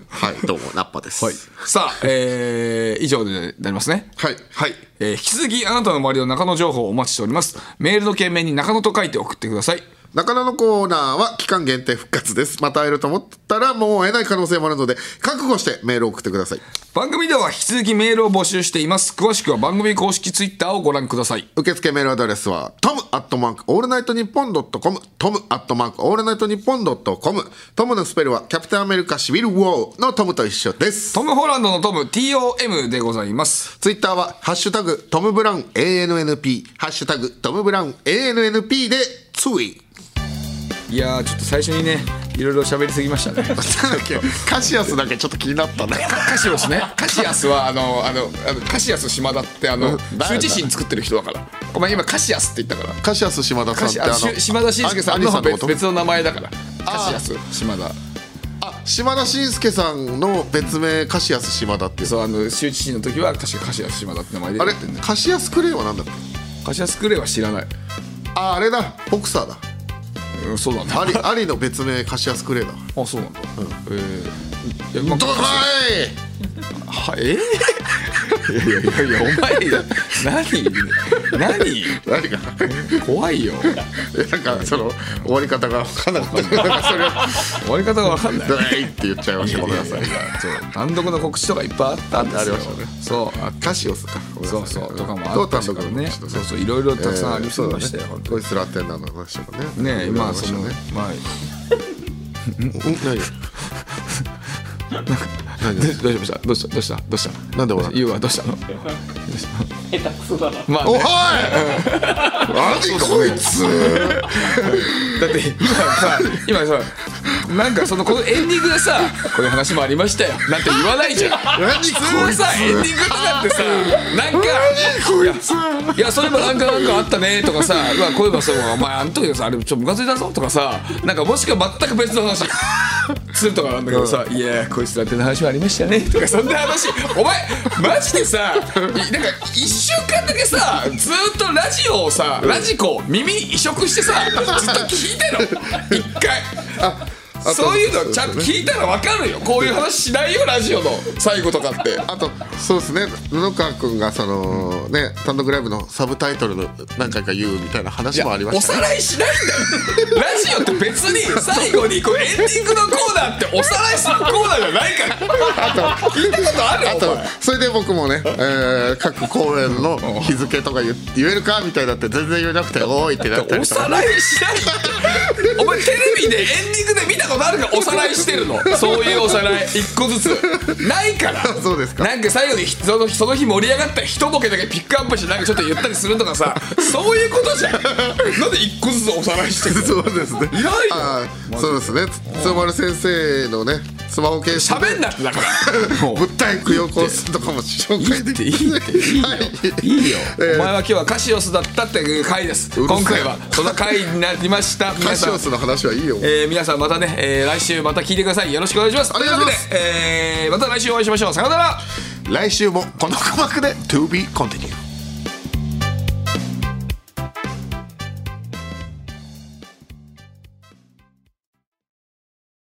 [SPEAKER 2] はいどうもナッパです
[SPEAKER 3] はいさあ、えー以上でなりますね
[SPEAKER 2] はい、はい
[SPEAKER 3] えー引き続きあなたの周りの中野情報をお待ちしておりますメールの件名に中野と書いて送ってください
[SPEAKER 2] 中野のコーナーは期間限定復活ですまた会えると思ったらもう会えない可能性もあるので覚悟してメールを送ってください
[SPEAKER 3] 番組では引き続きメールを募集しています詳しくは番組公式ツイッターをご覧ください
[SPEAKER 2] 受付メールアドレスはトムアットマークオールナイトニッポンドットコムトムアットマークオールナイトニッポンドットコムトムのスペルはキャプテンアメリカシビルウォーのトムと一緒です
[SPEAKER 3] トム・ホランドのトム TOM でございます
[SPEAKER 2] ツイッターはハッシュタグトムブラウン ANNP ハッシュタグトムブラウン ANNP でツ
[SPEAKER 3] <laughs>
[SPEAKER 2] イ
[SPEAKER 3] いやーちょっと最初にねいろいろ喋りすぎましたね
[SPEAKER 2] なんだっけカシアスだけちょっと気になった
[SPEAKER 3] <laughs>
[SPEAKER 2] ね
[SPEAKER 3] カシオスねカシアスはあのあのあのカシアス島田ってあの羞恥心作ってる人だからお前今カシアスって言ったから
[SPEAKER 2] カシアス島田さんってあ
[SPEAKER 3] あし
[SPEAKER 2] の
[SPEAKER 3] 島田紳介さん
[SPEAKER 2] ア
[SPEAKER 3] の
[SPEAKER 2] ニさんのこ
[SPEAKER 3] 別
[SPEAKER 2] と
[SPEAKER 3] 別の名前だから
[SPEAKER 2] あー
[SPEAKER 3] カシアス島田
[SPEAKER 2] あ島田紳介さんの別名カシアス島田っていう
[SPEAKER 3] そうあの羞恥心の時は確かカシアス島田って名前で
[SPEAKER 2] あ
[SPEAKER 3] や
[SPEAKER 2] れ
[SPEAKER 3] ってんだよ
[SPEAKER 2] カシアスクレイは何だっけ
[SPEAKER 3] カシアスクレイは知らない、
[SPEAKER 2] ああれだボクサーだ
[SPEAKER 3] うん、そうなんだ <laughs>
[SPEAKER 2] アリアリの別名カシアスクレイだ
[SPEAKER 3] あそうなんだ、えーいやまあ
[SPEAKER 2] どうだい
[SPEAKER 3] はえー <laughs> いやいやいやお前何
[SPEAKER 2] 何が
[SPEAKER 3] 何怖いよ
[SPEAKER 2] なんかその終わり方が分からなかったなんかそれを
[SPEAKER 3] 終わり方が分かんな
[SPEAKER 2] 「
[SPEAKER 3] い
[SPEAKER 2] どい!」って言っちゃいましたごめんなさい
[SPEAKER 3] そう単独の告知とかいっぱいあったんですよ
[SPEAKER 2] ありましたね
[SPEAKER 3] そうあ
[SPEAKER 2] カシオスかごめんなさ
[SPEAKER 3] そ
[SPEAKER 2] いう
[SPEAKER 3] そうとかも
[SPEAKER 2] ど
[SPEAKER 3] あ
[SPEAKER 2] う
[SPEAKER 3] っ
[SPEAKER 2] 単
[SPEAKER 3] たし
[SPEAKER 2] 独
[SPEAKER 3] から
[SPEAKER 2] の
[SPEAKER 3] ね
[SPEAKER 2] 話だ
[SPEAKER 3] そうそういろいろたくさんありすぎましたよ、
[SPEAKER 2] えーそうだね
[SPEAKER 3] 本当
[SPEAKER 2] こいつらって何の話とかね
[SPEAKER 3] ねえまあその
[SPEAKER 2] ね
[SPEAKER 3] まあ
[SPEAKER 2] 何
[SPEAKER 3] どうしたどうしたどうしたどうしたどうした
[SPEAKER 2] なんで笑った
[SPEAKER 3] 優はどうしたの下手くそだなまあ
[SPEAKER 2] おい
[SPEAKER 3] ね、
[SPEAKER 2] 何こいつ
[SPEAKER 3] だって今さ今さなんかそのこのエンディングでさこういう話もありましたよなんて言わないじゃん
[SPEAKER 2] 何
[SPEAKER 3] こ
[SPEAKER 2] こ
[SPEAKER 3] れ
[SPEAKER 2] いつ
[SPEAKER 3] さエンディングとかってさなんか
[SPEAKER 2] こいつ
[SPEAKER 3] いやそういえばなんかなんかあったねとかさうわこういえばそうお前あの時のさあれちょっとムカついたぞとかさなんかもしくは全く別の話するとかなんだけどさ「いやこいつだっての話もありましたね」とかそんな話お前マジでさいなんか1週間だけさずっとラジオをさラジコを耳に移植してさずっと聞いてろ一回。
[SPEAKER 2] と
[SPEAKER 3] そういうのちゃんと聞いたらわかるよこういう話しないよラジオの最後とかって
[SPEAKER 2] あとそうですね布川君がその、ね単独ライブのサブタイトルの何回か言うみたいな話もありま
[SPEAKER 3] お
[SPEAKER 2] した
[SPEAKER 3] さ
[SPEAKER 2] ね
[SPEAKER 3] らいしないんだよラジオって別に最後にこれエンディングのコーナーっておさらいするコーナーじゃないから聞いたことある
[SPEAKER 2] あとそれで僕もね、えー各公演の日付とか言言えるかみたいだって全然言えなくて「おい」ってなったり
[SPEAKER 3] お
[SPEAKER 2] と
[SPEAKER 3] さ
[SPEAKER 2] から
[SPEAKER 3] いしないってお前テレビでエンディングで見たことあるからおさらいしてるのそういうおさらい一個ずつないから
[SPEAKER 2] そうですか
[SPEAKER 3] なんか最後にそのその日盛り上がった一ボケだけピックアップしてなんかちょっと言ったりするとかさそういうことじゃんなんで一個ずつおさらいしてるの
[SPEAKER 2] <laughs> そうですね
[SPEAKER 3] いないよ
[SPEAKER 2] あーそうですねつつまる先生のねスマホ検証
[SPEAKER 3] 喋んなってだからもう
[SPEAKER 2] 物体供養コースとかも紹介でき
[SPEAKER 3] いいっていいよ
[SPEAKER 2] はい
[SPEAKER 3] いいよ、
[SPEAKER 2] えー
[SPEAKER 3] お前は今日はカシオスだったっていう回です
[SPEAKER 2] うる
[SPEAKER 3] 今
[SPEAKER 2] せえ
[SPEAKER 3] 回はその回になりました
[SPEAKER 2] <laughs> カ
[SPEAKER 3] 皆
[SPEAKER 2] シ
[SPEAKER 3] さん
[SPEAKER 2] オスの話はいいよ
[SPEAKER 3] えー皆さんまたね、えー来週また聞いてくださいよろしくお願いします
[SPEAKER 2] お願いします
[SPEAKER 3] というわけで、えーまた来週お会いしましょうさようなら
[SPEAKER 2] 来週もこの鼓膜で To be continued